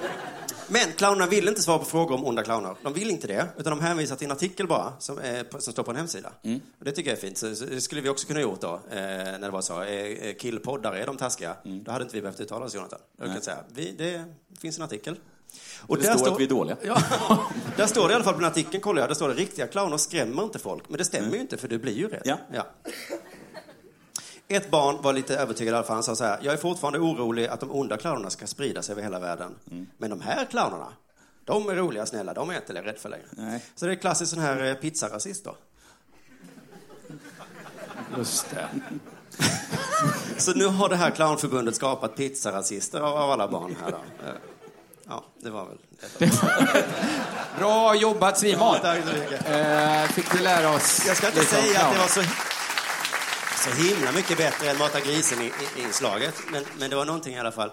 S1: *laughs* Men clownerna vill inte svara på frågor om onda clowner. De vill inte det, utan de hänvisar till en artikel bara, som, är, på- som står på en hemsida.
S2: Mm.
S1: Och det tycker jag är fint. Så, så det skulle vi också kunna gjort då, eh, när det var så. Eh, eh, killpoddare, är de taskiga?
S2: Mm.
S1: Då hade inte vi behövt uttala oss, Jonathan. Jag kan säga, vi, det finns en artikel. Och
S2: Det står att vi är dåliga.
S1: Ja, *laughs* där står det i alla fall på den artikeln, kollar jag, där står det riktiga clowner skrämmer inte folk. Men det stämmer ju inte, för du blir ju rädd.
S2: Mm. Ja.
S1: Ett barn var lite övertygad i alla fall. Han sa så här, jag är fortfarande orolig att de onda clownerna ska spridas över hela världen. Men de här clownerna, de är roliga och snälla, de är jag inte rädd för längre.
S2: Nej.
S1: Så det är klassiskt sån här eh, pizzarasist då.
S3: Just det.
S1: *laughs* Så nu har det här clownförbundet skapat pizzarasister av av alla barn här då. Eh, Ja, det var väl det.
S3: *laughs* Bra jobbat Simon!
S1: Tack så mycket.
S3: Eh, fick du lära oss
S1: Jag ska inte
S3: lite om
S1: säga att det
S3: clown.
S1: var så, så himla mycket bättre än Mata grisen i, i, i slaget. Men, men det var någonting i alla fall.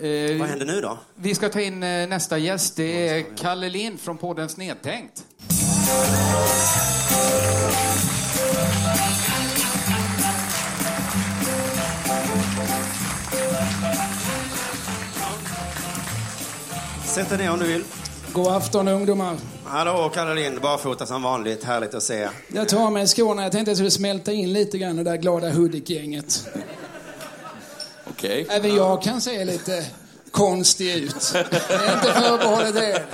S1: Vad
S3: Eh,
S1: händer nu då?
S3: vi ska ta in eh, nästa gäst. Det är Kalle Lind från podden Snedtänkt.
S1: Sätt dig ner om du vill.
S10: God afton ungdomar.
S1: Hallå, Kalle Lind, barfota som vanligt. Härligt att se.
S10: Jag tar av mig skorna. Jag tänkte att jag skulle smälta in lite grann i det där glada Hudik-gänget.
S2: Okej.
S10: Även jag kan se lite konstig
S3: *laughs*
S10: ut. Det är inte förbehållet er.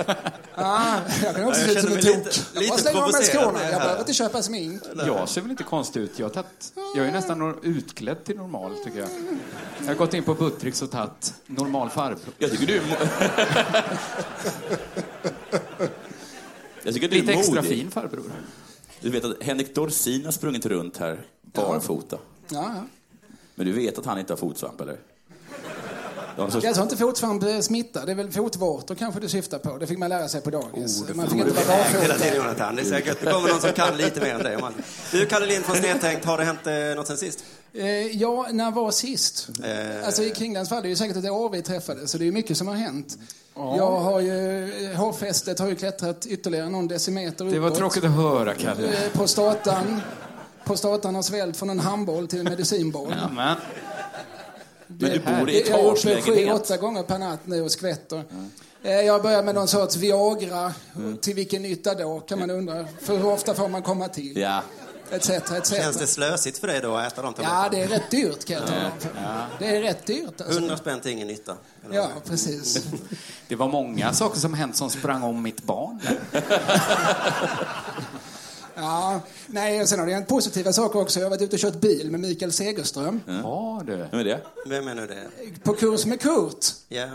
S10: Ja, jag kan också se
S1: Jag
S10: ut som
S1: känner
S10: en
S1: mig
S10: tok.
S1: lite-
S10: Jag
S1: lite
S10: bara slänger av mig
S1: provocerad
S10: skorna.
S1: med det
S10: Jag
S1: här.
S10: behöver inte köpa smink.
S3: Jag ser väl inte konstig ut. Jag, har tagit, jag är nästan nor- utklädd till normal, tycker jag. Jag har gått in på Buttricks och tagit normal farb.
S2: Jag tycker du är... mo- Jag tycker du
S3: Lite
S2: är
S3: extra
S2: modig.
S3: fin farbror.
S2: Du vet att Henrik Dorsin har sprungit runt här barfota.
S10: Ja, ja.
S2: Men du vet att han inte har
S10: *laughs*
S2: fotsvamp, eller? Det var en sorts-
S1: Alltså-
S10: Jag tror inte fotsvamp eh, smittar. Det är väl fotvårtor kanske du syftar på. Det fick man lära sig på dagis.
S1: Oh,
S10: man fick inte vara barfota.
S1: Hela tiden, Jonathan. Det är säkert. Det kommer någon som kan lite mer än dig. om allt. Du, Kalle Lind från Snedtänkt, har det hänt eh, något sen sist? Eh,
S10: Eh, ja, när var sist? Alltså i Kringlands fall, det är ju säkert ett år vi träffades, så det är ju mycket som har hänt. Jag har ju, eh, hårfästet har ju klättrat ytterligare någon decimeter uppåt.
S3: Det var tråkigt att höra, Kalle.
S10: Eh, Prostatan, prostatan har svällt från en handboll till en medicinboll.
S3: Amen.
S2: Men du bor i
S10: Jag har gjort det sju,
S2: etagelägenhet. Mm.
S10: åtta gånger per natt nu och skvätter. Eh, Jag börjar med någon sorts Viagra. Till vilken nytta då, kan man undra. För hur ofta får man komma till?
S2: Ja.
S10: Etc, etc.
S1: Känns det slösigt för dig då att äta de
S10: Ja,
S1: tabletterna?
S10: det är rätt dyrt kan jag tala om. Det är rätt dyrt alltså.
S1: 100 spänn till ingen nytta. Eller
S10: Ja,
S1: vad?
S10: precis.
S3: Det var många saker som hänt som sprang om mitt barn. där.
S10: Ja, nej, och sen har det hänt positiva saker också. Jag har varit ute och kört bil med Mikael Segerström.
S3: Har du?
S2: Vem är det?
S1: Vem är nu det?
S10: På kurs med Kurt.
S1: Ja.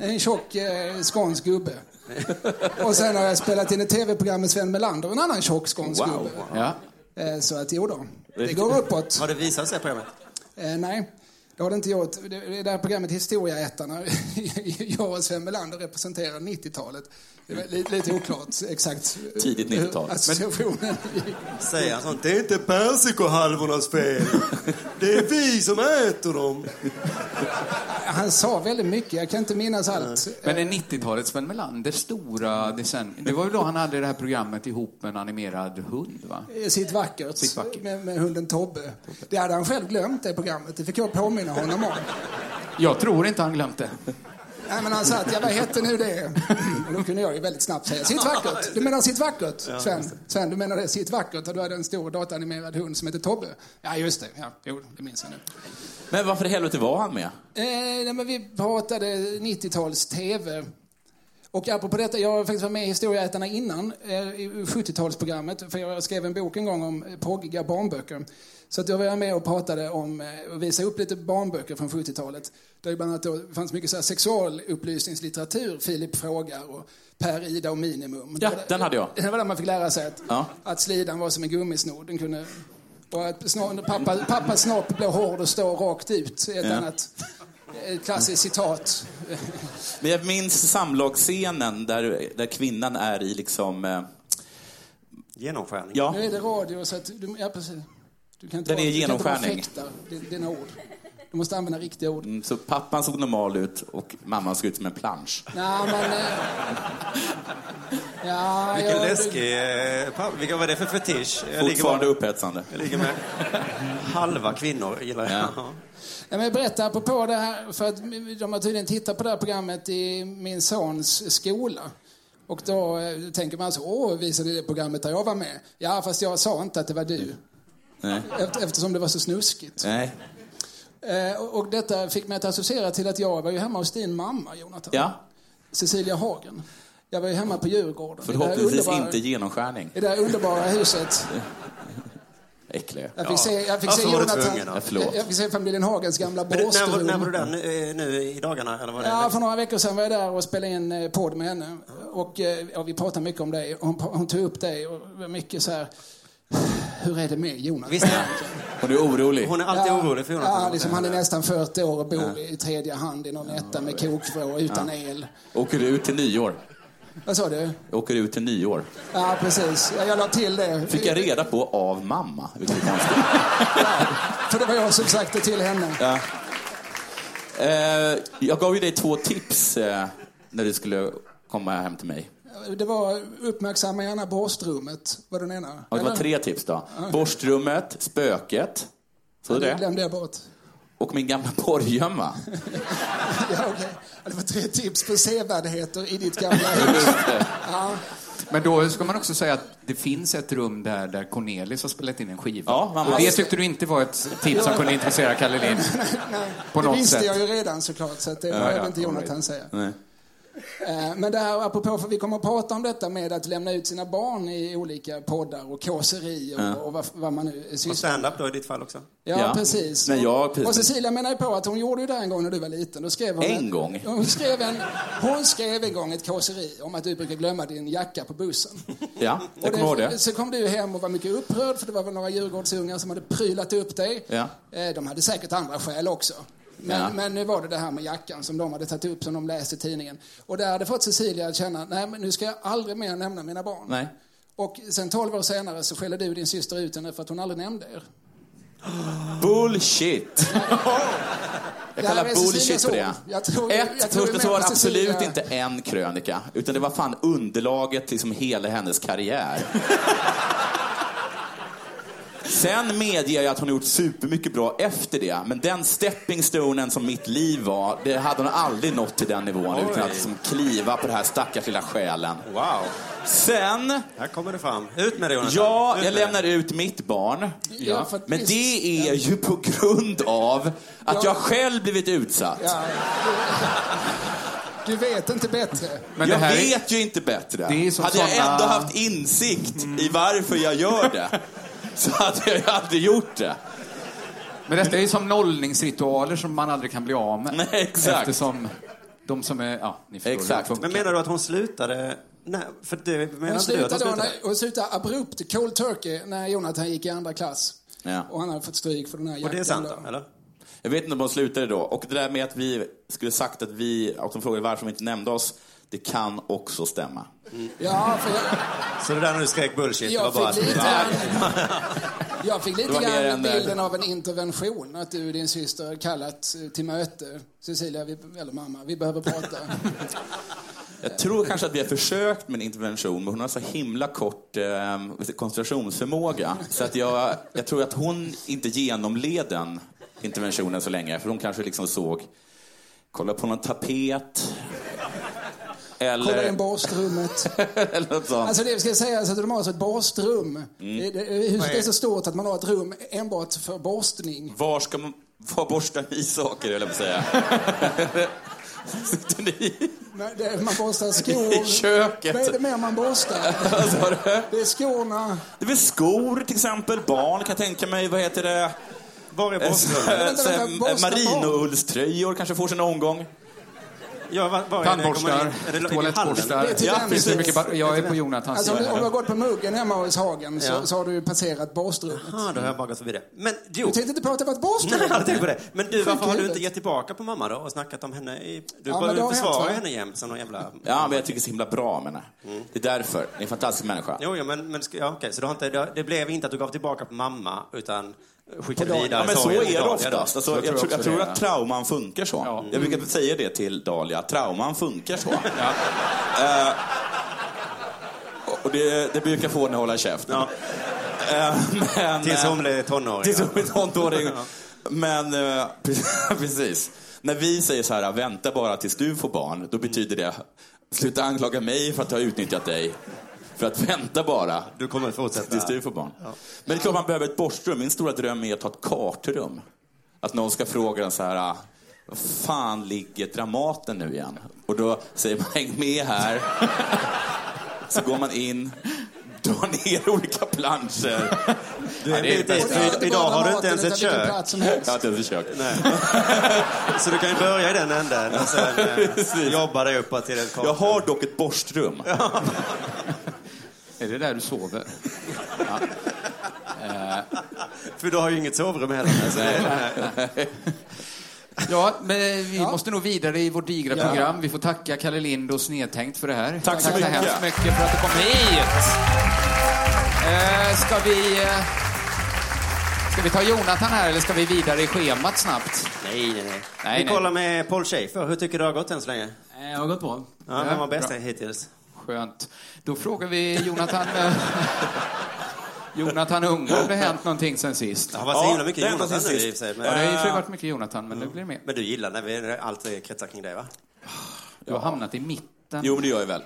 S10: En tjock eh, skånsk gubbe. Och sen har jag spelat in ett tv-program med Sven Melander, en annan tjock skånsk
S2: Wow.
S10: gubbe.
S3: Ja.
S10: Eh, så att jo då, det går uppåt.
S1: Har det visat sig på programmet?
S10: Eh, nej, det har det inte gjort. Det, det här programmet Historieätarna, *laughs* jag och Sven Melander representerar 90-talet. Det var li, lite oklart exakt eh,
S2: Tidigt 90-tal.
S10: hur Associationen gick.
S1: Säger han sånt? Det är inte persikohalvornas fel. Det är vi som äter dem.
S10: Han sa väldigt mycket, jag kan inte minnas allt.
S3: Men är 90-talets Sven Melander stora decennium? Det var ju då han hade det här programmet ihop med en animerad hund, va?
S10: Eh, Sitt vackert,
S3: Sitt vackert.
S10: Med, med hunden Tobbe. Det hade han själv glömt, det programmet. Det fick jag påminna honom om.
S3: Jag tror inte han glömt det.
S10: Nej, men han satt, ja vad hette nu det? Och då kunde jag ju väldigt snabbt säga, sitt vackert! Du menar sitt vackert, Sven? Sven, du menar det, sitt vackert? Och du hade en stor dataanimerad hund som hette Tobbe. Ja, just det. Ja, jo, det minns jag nu.
S2: Men varför i helvete var han med?
S10: Eh, nej, men vi pratade 90-tals-TV. Och apropå detta, jag har faktiskt varit med i Historieätarna innan, eh, i 70-talsprogrammet, för jag skrev en bok en gång om eh, proggiga barnböcker. Så att jag var med och pratade om, eh, och visade upp lite barnböcker från 70-talet. Där det bland annat då fanns mycket så här sexualupplysningslitteratur, Filip frågar och Per, Ida och Minimum.
S2: Ja,
S10: Det var där-
S2: den hade jag.
S10: Det var där man fick lära sig att,
S2: Ja.
S10: att slidan var som en gummisnodd. Den kunde... Och att snor, pappa, pappas snopp blev hård och står rakt ut, är ett
S2: Ja.
S10: annat ett klassiskt citat.
S2: Men jag minns samlagsscenen där, där kvinnan är i liksom... eh,
S1: Genomskärning.
S2: Ja,
S10: Nu är det radio, så att du, ja, precis. Du kan inte
S2: Den
S10: vara-
S2: är
S10: du kan inte bara
S2: genomskärning.
S10: fäkta di- dina ord. Du måste använda riktiga ord.
S2: mm, så pappan såg normal ut och mamman såg ut som en plansch.
S10: Nej, men... eh, Ja,
S1: Vilken
S10: jag,
S1: läskig... eh, papp- Vilken var det för fetisch? Jag ligger,
S2: Fortfarande
S1: bara,
S2: upphetsande.
S1: jag ligger med halva kvinnor, gillar jag.
S2: Ja.
S10: Ja, men berätta apropå det här, för att de har tydligen tittat på det här programmet i min sons skola. Och då eh, tänker man så, åh, visade det programmet där jag var med? Ja, fast jag sa inte att det var du.
S2: Nej.
S10: Eft- Eftersom det var så snuskigt.
S2: Nej.
S10: Eh, och, och detta fick mig att associera till att jag var ju hemma hos din mamma, Jonathan.
S2: Ja,
S10: Cecilia Hagen. Jag var ju hemma på Djurgården. i det här
S2: förhoppningsvis
S10: underbara-
S2: inte genomskärning.
S10: I det här underbara huset.
S2: *laughs* Äckliga.
S10: Jag fick se, jag fick
S1: Varför
S10: se
S1: var du
S10: Jonathan...
S1: tvungen då?
S2: Ja, förlåt.
S10: Jag fick se familjen Hagens gamla
S1: Men du, när, var, när var
S10: bårstugor.
S1: du där? Nu, eh, nu i dagarna? Eller var det
S10: Ja, för några veckor sedan var jag där och spelade in eh, podd med henne. Och eh, ja, vi pratade mycket om dig. Hon, hon tog upp dig och var mycket så här... Hur är det med Jonathan?
S1: Visst är
S2: Hon är orolig.
S1: Hon är alltid orolig för Jonathan.
S10: Ja, liksom, han är nästan 40 år och bor i tredje hand i någon etta med kokvrå utan el.
S2: Åker ut till nyår.
S10: Vad sa du?
S2: Åker ut till nyår.
S10: Ja, precis. Ja, Jag la till det.
S2: Fick jag reda på av mamma, vilket är konstigt.
S10: *laughs* För det var jag som sagt det till henne.
S2: Ja. Eh, jag gav ju dig två tips eh, när du skulle komma hem till mig.
S10: Det var uppmärksamma gärna borstrummet, var den ena.
S2: Ja, det var
S10: Eller?
S2: tre tips då. Borstrummet, spöket. Så
S10: Det
S2: det.
S10: glömde jag bort. *laughs*
S2: Och min gamla porrgömma.
S10: Ja, okej. Ja, Det var tre tips på sevärdheter i ditt
S2: *laughs*
S10: gamla hus. Ja.
S3: Men då ska man också säga att det finns ett rum där, där Cornelis har spelat in en skiva.
S2: Ja, man-
S3: Och det tyckte du inte var ett tips som kunde intressera Kalle Lind. På
S10: Det
S3: något
S10: visste
S3: sätt.
S10: jag ju redan såklart, så att det behöver inte Jonathan säga.
S2: Nej.
S10: Eh, Men det här apropå, för vi kommer att prata om detta med att lämna ut sina barn i olika poddar och kåserier och vad, vad man nu
S1: Och
S10: sysslar
S1: stand-up då i ditt fall också?
S10: Ja,
S2: Ja.
S10: precis.
S2: Nej, jag-
S10: Och- Och Cecilia menar ju på att hon gjorde ju det här en gång när du var liten. Då skrev hon
S2: En gång?
S10: *laughs* Hon skrev, en, hon skrev en gång ett kåseri om att du brukar glömma din jacka på bussen.
S2: Ja, jag
S10: Och
S2: kommer ihåg det.
S10: Så kom du hem och var mycket upprörd för det var väl några Djurgårdsungar som hade prylat upp dig.
S2: Ja.
S10: Eh, De hade säkert andra skäl också. Men,
S2: Ja.
S10: men nu var det det här med jackan som de hade tagit upp som de läste i tidningen. Och det hade fått Cecilia att känna, nej men nu ska jag aldrig mer nämna mina barn.
S2: Nej.
S10: Och sen 12 år senare så skäller du din syster ut henne för att hon aldrig nämnde er. *laughs*
S2: Bullshit! Jag
S10: Det här
S2: kallar
S10: är
S2: bullshit
S10: Cecilias
S2: på
S10: ord.
S2: det.
S10: Jag tror- jag tror
S2: Ett, först
S10: med
S2: så var det
S10: på Cecilia.
S2: absolut inte en krönika, utan det var fan underlaget till som hela
S10: *laughs*
S2: hennes karriär. Sen medger jag att hon har gjort supermycket bra efter det, men den stepping stonen som mitt liv var, det hade hon aldrig nått till den nivån utan att liksom kliva på den här stackars lilla själen.
S1: Wow!
S2: Sen
S1: Här kommer det fram. Ut med det Jonathan.
S2: Ja,
S1: Ut med
S2: jag
S1: det.
S2: lämnar ut mitt barn.
S10: Ja, för att
S2: Men
S10: visst-
S2: det är ju på grund av att jag själv blivit utsatt.
S10: Ja, du, du vet inte bättre.
S3: Men det
S2: jag
S3: här är,
S2: vet ju inte bättre.
S3: Det är som
S2: hade jag
S3: såna- Mm.
S2: ändå haft insikt i varför jag gör det, *laughs* så hade jag ju aldrig gjort det.
S3: men detta är ju som nollningsritualer som man aldrig kan bli av med.
S2: Nej, exakt.
S3: Eftersom de som är... Ja, ni förstår
S2: Exakt.
S3: hur det
S1: Men
S3: funkar.
S1: menar du att hon slutade... Nej, för du, menar
S10: Hon
S1: inte du att hon
S10: slutade, då
S1: slutade?
S10: när, hon slutade abrupt, cold turkey, när Jonathan gick i andra klass.
S2: Ja.
S10: Och han hade fått stryk för den här jackan.
S1: Och det är sant
S10: då.
S1: då, eller?
S2: Jag vet inte om de slutade då. Och det där med att vi skulle sagt att vi, att de frågade varför vi inte nämnde oss, det kan också stämma.
S10: Ja, för jag,
S1: Så det där när du skrek bullshit, det var
S10: jag
S1: bara att...
S10: fick lite grann, *laughs* jag fick lite
S2: var mer
S10: grann
S2: än- eh,
S10: bilden av en intervention. Att du och din syster kallat eh, till möte. Cecilia, vi, eller mamma, vi behöver prata.
S2: Jag tror kanske att vi har försökt med en intervention, men hon har så himla kort eh, koncentrationsförmåga. Så att jag, jag tror att hon inte genomled den interventionen så länge, för hon kanske liksom såg Kolla på någon tapet.
S10: Kolla
S2: Eller,
S10: in bastrummet.
S2: *laughs* eller något sånt.
S10: Alltså det ska sägas att de har alltså ett barstrum.
S1: Mm.
S10: Det- det- Huset
S8: Nej.
S10: är så stort att man har ett rum enbart för borstning.
S2: Var ska man... Var borstar ni saker, höll jag på att säga. Sitter ni
S10: Men det- Man borstar
S2: i
S10: skor. Vad är
S2: köket?
S10: det mer man borstar?
S2: Vad sa du?
S10: Det är skorna.
S2: Det är väl skor till exempel, barn kan jag tänka mig, vad heter det? Eh,
S1: Var är borstrummet?
S10: vänta, borsta
S2: Marinoullströjor kanske får sin omgång.
S1: Ja, var, var är det? Kommer
S3: Tandborstar,
S1: det- är det- är det i hallen?
S3: toalettborstar.
S10: Det är till
S2: Ja,
S10: den.
S2: precis.
S3: Hur mycket bar- Jag är på Jonathans
S10: Alltså om du,
S3: sida.
S10: om du har gått på muggen hemma hos Hagen så,
S1: Ja.
S10: så har du ju passerat barstrummet.
S1: Ah, då har jag bara gått förbi det. Men jo,
S10: Du tänkte inte prata om ett
S1: Nej, jag
S10: barstrum?
S1: hade tänkt på det. Men du, varför har du inte
S10: huvudet.
S1: gett tillbaka på mamma då och snackat om henne? I... Du
S10: Ja,
S1: bara
S10: men det har hänt,
S1: försvarar
S10: va?
S1: henne jämt som någon jävla...
S2: Ja, men jag tycker så himla bra om henne. Det är därför. Det är en fantastisk människa.
S1: Jo, jo, men, men ska- ja, okej, så du har inte, det- det blev inte att du gav tillbaka på mamma utan skickade vidare
S2: Ja, men så
S1: sorgen
S2: är
S1: till
S2: det
S1: Dalia
S2: oftast.
S1: då?
S2: Alltså, jag,
S3: tror
S2: tror, jag
S3: också
S2: tror
S3: det,
S2: att trauman funkar så. Jag brukar säga det till Dalia, trauman funkar så. Eh, och det, det brukar få henne att hålla käften.
S1: Ja.
S2: Eh, men,
S1: Tills hon
S2: eh,
S1: blev tonåring.
S2: Tills
S1: ja.
S2: hon blir tonåring. Men eh, *laughs* precis. När vi säger så här, vänta bara tills du får barn, då betyder det, sluta anklaga mig för att ha utnyttjat dig. För att vänta bara
S1: Du kommer att fortsätta.
S2: tills du får barn. Men det är klart man behöver ett borstrum. Min stora dröm är att ha ett kartrum. Att någon ska fråga den så här, "Ah, "Vad fan ligger Dramaten nu igen? Och då säger man, häng med här. *laughs* Så går man in, drar ner olika planscher.
S1: Du är en
S2: det är
S1: bit
S2: det
S1: dit,
S10: Och det
S1: för
S10: är inte
S1: i-
S10: bara
S1: Idag har du inte
S10: Dramaten,
S1: ens ett
S10: utan vilken
S1: kök.
S10: plats som helst.
S2: Jag har inte ens försökt.
S1: Så du kan ju börja i den änden och sen eh, jobba dig uppåt till ett
S2: Jag
S1: kort.
S2: har dock ett borstrum.
S3: Är det där du sover?
S1: Eh. För du har ju inget sovrum heller. Alltså, det är-
S3: Ja, men vi måste nog vidare i vårt digra program. Vi får tacka Kalle Lind och Snedtänkt för det här.
S2: Tack så
S3: så
S2: mycket.
S3: hemskt mycket för att du kom hit. Eh, ska vi... Eh, ska vi ta Jonathan här eller ska vi vidare i schemat snabbt?
S1: nej, nej, nej.
S3: Nej,
S1: Vi
S3: nej.
S1: kollar med Paul Schäfer. Hur tycker du det har gått än så länge?
S5: Eh, Det har gått bra.
S1: Ja, vem var bäst
S3: bra.
S1: hittills?
S3: Skönt. Då frågar vi Jonathan... eh, *laughs* Jonathan Unge om det hänt någonting sen sist.
S1: Det har varit så
S2: Ja,
S1: himla mycket
S2: det är
S1: Jonathan
S2: precis.
S1: nu i och för sig.
S3: Ja, det
S1: Men, Mm.
S3: har ju i och för sig varit mycket Jonathan, men nu blir det mer.
S1: men du gillar när vi, allt kretsar kring dig, va?
S3: Du har hamnat i mitten.
S2: Jo, men det gör jag väl.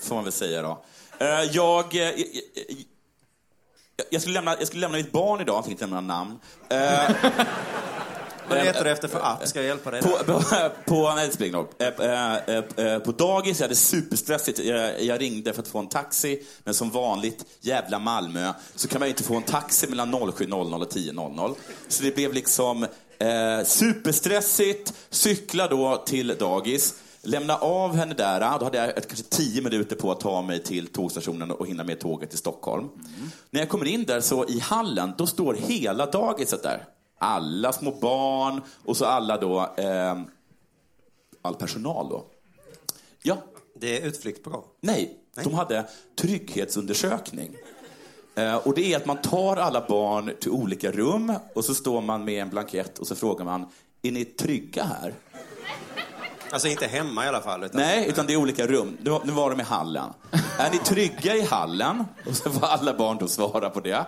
S2: Får man väl säga då. Eh, Jag... eh, Jag, jag- jag, skulle lämna, jag skulle lämna mitt barn idag, jag tänkte lämna namn. Eh,
S1: Vad letar du efter för app? Ska jag hjälpa dig?
S2: på, på, på, nej, det spelar ingen roll. Eh, eh, eh, på dagis, jag hade superstressigt. Jag, jag ringde för att få en taxi, men som vanligt, jävla Malmö, så kan man ju inte få en taxi mellan 07.00 och 10.00. Så det blev liksom eh, superstressigt. Cykla då till dagis. Lämna av henne där. Då hade jag ett, kanske tio minuter på att ta mig till tågstationen och hinna med tåget till Stockholm. När jag kommer in där så i hallen, då står hela dagiset där. Alla små barn och så alla då, eh, all personal då. Ja,
S1: Det är utflykt på gång.
S2: nej, de hade trygghetsundersökning. Eh, och det är att man tar alla barn till olika rum och så står man med en blankett och så frågar man, är ni trygga här?
S1: Alltså inte hemma i alla fall. Utan
S2: Nej, utan det är olika rum. Nu var, nu var de i hallen. Är ni trygga i hallen? Och så får alla barn då svara på det.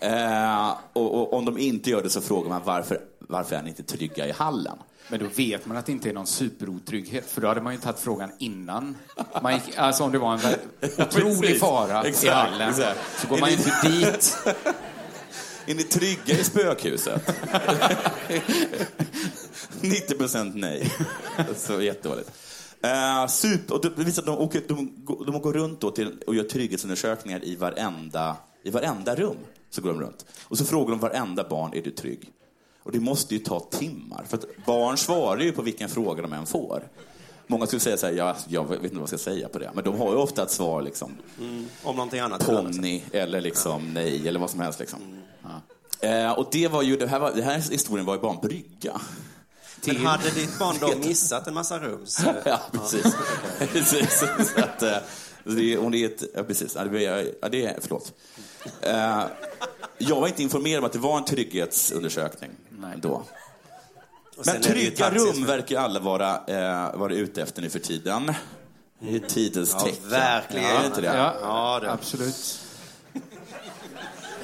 S2: Eh, och, och om de inte gör det så frågar man varför, varför är ni inte trygga i hallen?
S3: Men då vet man att det inte är någon superotrygghet, för då hade man ju tagit frågan innan. Man gick, alltså om det var en
S2: *laughs*
S3: ver- otrolig
S2: Precis.
S3: fara i
S2: Exakt,
S3: hallen,
S2: exakt.
S3: så går man
S2: Är
S3: ju
S2: ni-
S3: inte dit.
S2: *laughs* Är ni trygga i spökhuset? *laughs* 90 procent nej. Så jättedåligt. Eh, super, och det visar att de, åker, de, går- de går runt då till, och gör trygghetsundersökningar i varenda, i varenda rum. Så går de runt. Och så frågar de varenda barn, är du trygg? Och det måste ju ta timmar. För att barn svarar ju på vilken fråga de än får. Många skulle säga så här, jag, jag vet inte vad jag ska säga på det. Men de har ju ofta ett svar liksom,
S1: Om någonting annat.
S2: ponny eller liksom nej eller vad som helst. Liksom. Ja. Eh, och det var ju, det här, var, det här historien var ju bara en brygga.
S1: Men hade ditt barn då missat en massa rum? Så...
S2: *laughs*
S1: *laughs*
S2: Ja, precis. precis. Så att, eh, det, är- hon är ett, ja, precis. Ja, det, är- ja, det är, förlåt. Eh, jag var inte informerad om att det var en trygghetsundersökning då.
S1: Och sen
S2: Men
S1: är det ju
S2: trygga
S1: taxis-
S2: rum verkar alla vara, eh, vara ute efter nu för tiden. Det är tidens
S1: Ja,
S2: tecken.
S1: verkligen.
S2: Är det inte det?
S3: Ja,
S1: Ja, det-
S3: absolut.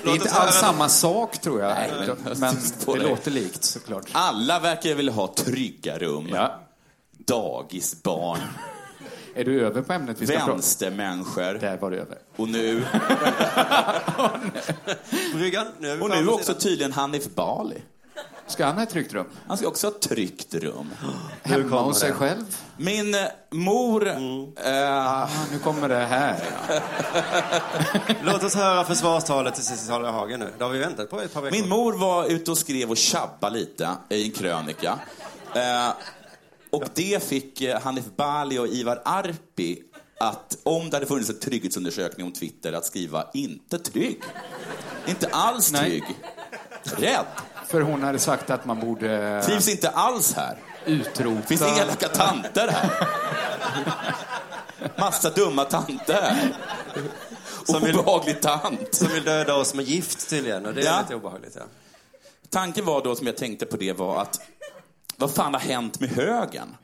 S3: Det är inte alls samma sak tror jag.
S2: Nej, men-
S3: men
S2: på
S3: det
S2: dig.
S3: låter likt såklart.
S2: Alla verkar vilja ha trygga rum. Dagisbarn,
S3: Är du över på ämnet vi ska prata om?
S2: vänstermänniskor
S3: Där var det över. *laughs*
S2: och nu,
S1: Bryggan, nu är vi
S2: och
S1: framme
S2: nu
S1: på
S2: också
S1: sidan.
S2: tydligen Hanif Bali.
S3: Ska han ha ett tryggt rum?
S2: Han ska också ha ett tryggt rum.
S3: Hemma hos sig själv?
S2: Min eh, mor...
S1: Mm.
S2: Eh,
S3: Ja, nu kommer det här.
S1: *laughs* Låt oss höra försvarstalet till Cecilia Hagen nu. Det har vi väntat på i ett par veckor.
S2: min mor var ute och skrev och tjabbade lite i en krönika. Eh, och det fick eh, Hanif Bali och Ivar Arpi att, om det hade funnits en trygghetsundersökning om Twitter, att skriva inte trygg. Inte alls
S3: Nej.
S2: trygg. Rädd.
S3: För hon hade sagt att man borde
S2: Trivs inte alls här.
S3: utrota...
S2: Finns det inga elaka tanter här? Massa dumma tanter här. Obehaglig tant.
S1: Som vill döda oss med gift tydligen. Och det är
S2: Ja.
S1: lite obehagligt. Ja.
S2: Tanken var då, som jag tänkte på det, var att vad fan har hänt med högen?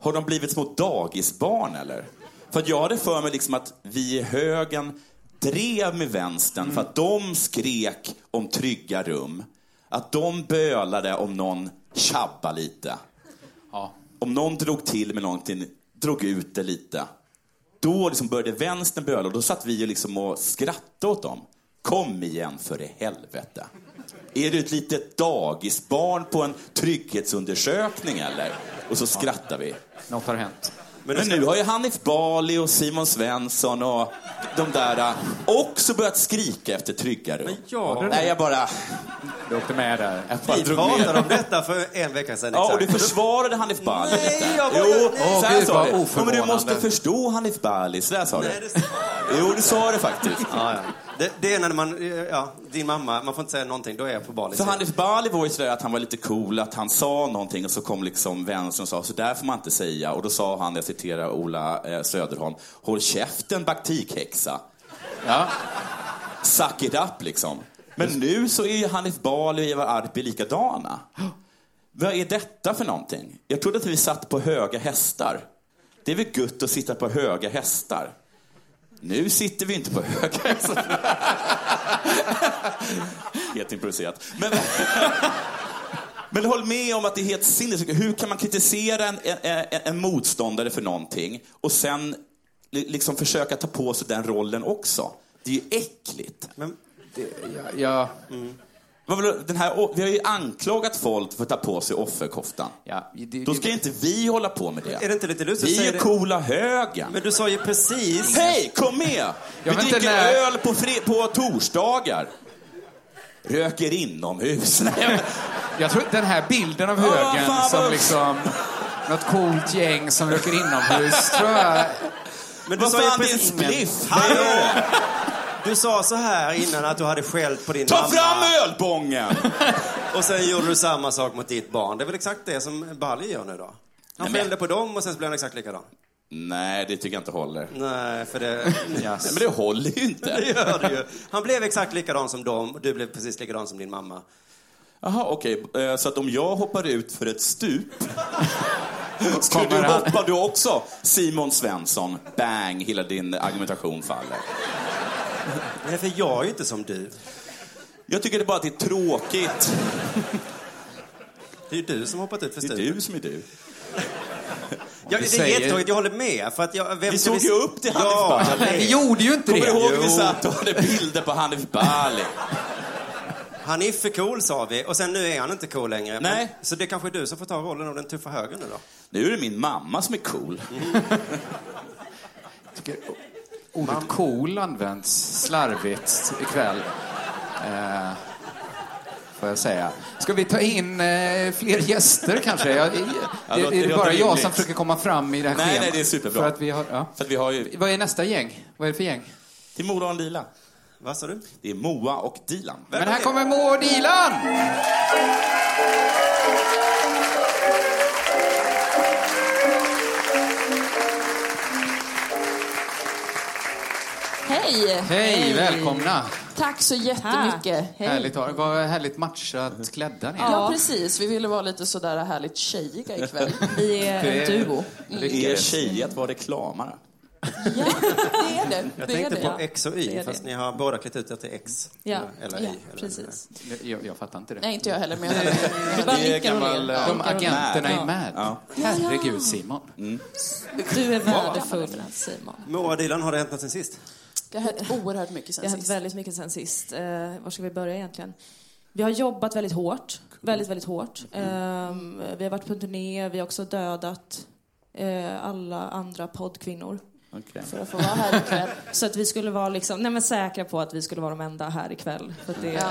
S2: Har de blivit små dagisbarn eller? För att jag hade för mig liksom att vi i högen drev med vänstern för att de skrek om trygga rum. Att de bölade om någon tjabba lite. Om någon drog till med någonting, drog ut det lite. Då liksom började vänstern böla och då satt vi ju liksom och skrattade åt dem. Kom igen för i helvete. Är du ett litet dagisbarn på en trygghetsundersökning eller? Och så skrattar vi.
S3: Något har hänt.
S2: Men, nu har ju Hanif Bali och Simon Svensson och de där äh, också börjat skrika efter trygga rum.
S1: Ja,
S2: Nej, jag bara...
S3: Du åkte med där. Jag
S1: vi pratade om detta för en vecka sedan.
S2: Ja, och
S1: exakt.
S3: liksom?
S2: du försvarade Hanif Bali
S1: Nej,
S2: lite.
S1: jag var-
S2: Jo,
S1: Åh,
S2: så här
S3: gud,
S2: sa
S3: vad
S2: du. Ja, men du
S3: oförvånande.
S2: måste förstå Hanif Bali. Så där sa
S1: Nej,
S2: du.
S1: det,
S2: Jo, du sa det faktiskt.
S1: ja, ja. Det, det är när man, ja, din mamma, man får inte säga någonting, då är jag på Bali. typ.
S2: För Hanif Bali var ju sådär att han var lite cool, att han sa någonting och så kom liksom vänstern och sa så där får man inte säga. Och då sa han, jag citerar Ola eh, Söderholm, håll käften baktikhäxa.
S3: Ja.
S2: Suck it up liksom. Men nu så är ju Hanif Bali och Ivar Arpi likadana. Vad är detta för någonting? Jag trodde att vi satt på höga hästar. Det är väl gött att sitta på höga hästar? Nu sitter vi inte på höga hästar. *laughs* helt improviserat. Men, men håll med om att det är helt sinnessjukt. Hur kan man kritisera en, en, en- en motståndare för någonting och sen li- liksom försöka ta på sig den rollen också? Det är ju äckligt.
S1: Men,
S3: Ja, ja,
S2: Mm. Vad vill- Den här, vi har ju anklagat folk för att ta på sig offerkoftan.
S3: ja. Det,
S2: Då ska inte vi hålla på med
S1: är det
S2: det.
S1: inte lite lustigt? att
S2: Vi
S1: säga
S2: är
S1: det?
S2: coola högern.
S1: Men du sa ju precis...
S2: Hej, kom med! Vi
S3: Jag vet inte
S2: dricker
S3: när-
S2: öl på, fri... på torsdagar. Röker inomhus. *laughs* Nej, men-
S3: Jag tror den här bilden av
S2: vad
S3: högen
S2: fan,
S3: som
S2: vad-
S3: liksom... Något coolt gäng som röker inomhus, tror jag.
S1: Men du
S2: Vad
S1: sa ju
S2: fan, det är en
S1: precis...
S2: spliff.
S1: Hallå! Du sa så här innan att du hade skällt på din
S2: Ta
S1: mamma.
S2: fram ölbången!
S1: Och sen gjorde du samma sak mot ditt barn. Det är väl exakt det som Bali gör nu då? Han
S2: men-
S1: skällde på dem och sen så blev han exakt likadan.
S2: Nej, det tycker jag inte håller.
S1: Nej, för det... *laughs*
S2: Nej,
S1: Alltså.
S2: men det håller ju
S1: Det
S2: inte.
S1: gör du ju. Han blev exakt likadan som dem och du blev precis likadan som din mamma.
S2: Jaha, okej. Eh, Så att om jag hoppar ut för
S1: *laughs*
S2: ett stup, skulle
S3: Kommer
S2: du
S3: han.
S2: hoppa du också? Simon Svensson, bang, hela din argumentation faller.
S1: Nej, för jag är ju inte som du.
S2: Jag tycker det bara att det är tråkigt.
S1: Det är ju du som hoppat ut för
S2: Det är
S1: stup.
S2: du som är du.
S1: Ja, det är
S3: säger-
S1: jättetråkigt, jag håller med. För att jag, vem
S2: Vi
S1: ska
S2: såg ju upp till Hanif
S1: Ja, jag
S2: Bali.
S1: vet.
S3: Vi gjorde ju inte
S2: Kommer
S3: det.
S2: du ihåg vi
S1: Jo.
S2: satt och hade bilder på Hanif Bali?
S1: Han är för cool sa vi och sen nu är han inte cool längre. Men-
S2: Nej.
S1: Så det kanske är du som får ta rollen av den tuffa högern nu då. Mm.
S2: Nu är det min mamma som är cool. *laughs*
S3: Tycker Ordet cool används slarvigt ikväll. Eh, får jag säga. Ska vi ta in eh, fler gäster kanske? Jag, det,
S2: Ja,
S3: är
S2: låter-
S3: det
S2: låter
S3: bara jag
S2: rimligt.
S3: som försöker komma fram i det här
S2: Nej,
S3: schemat?
S2: nej, det är superbra.
S3: För att vi har, ja.
S2: För att vi har ju...
S3: Vad är nästa gäng? Vad är det för gäng?
S2: Det är Moa och Lila.
S1: Vad sa du?
S2: Det är Moa och Dilan.
S3: Men här kommer Maud Ilan!
S6: Hej!
S3: Hej, välkomna!
S6: Tack så jättemycket.
S3: Härligt, att ha- vad härligt matchat klädda ni är.
S6: Ja, precis. Vi ville vara lite sådär
S11: *laughs*
S6: härligt tjejiga ikväll. Vi är
S3: Det-
S6: en duo.
S3: Lyckades.
S2: Är tjejet var reklamare?
S6: Ja, det är det.
S1: Jag
S6: det är
S1: tänkte
S6: det.
S1: på X och
S6: Det
S1: Y,
S6: är
S1: fast
S6: det.
S1: ni har båda klätt ut det till X.
S6: Ja,
S1: Eller Y.
S6: ja
S1: eller-
S6: precis.
S3: Jag, jag fattar inte det.
S6: Nej, inte jag
S3: *laughs*
S6: heller, men jag hörde. Du bara
S2: Det är
S6: nickar och
S2: gammal,
S6: ler.
S2: eh,
S3: De agenterna i
S6: Ja.
S3: Mad.
S2: Ja.
S3: Herregud, Simon.
S11: Du är värdefull, Simon.
S1: Mm. Moa Dylan, har det hänt något sen sist?
S6: Det har hänt oerhört mycket
S11: Det
S6: sen
S11: har hänt
S6: sist.
S11: väldigt mycket sen sist. Eh, var ska vi börja egentligen? Vi har jobbat väldigt hårt. Väldigt, väldigt hårt. Ehm, vi har varit på en turné. Vi har också dödat eh, alla andra poddkvinnor
S2: Okej.
S11: för att få vara här ikväll. Så att vi skulle vara liksom, nej men säkra på att vi skulle vara de enda här ikväll. För att det,
S6: Ja.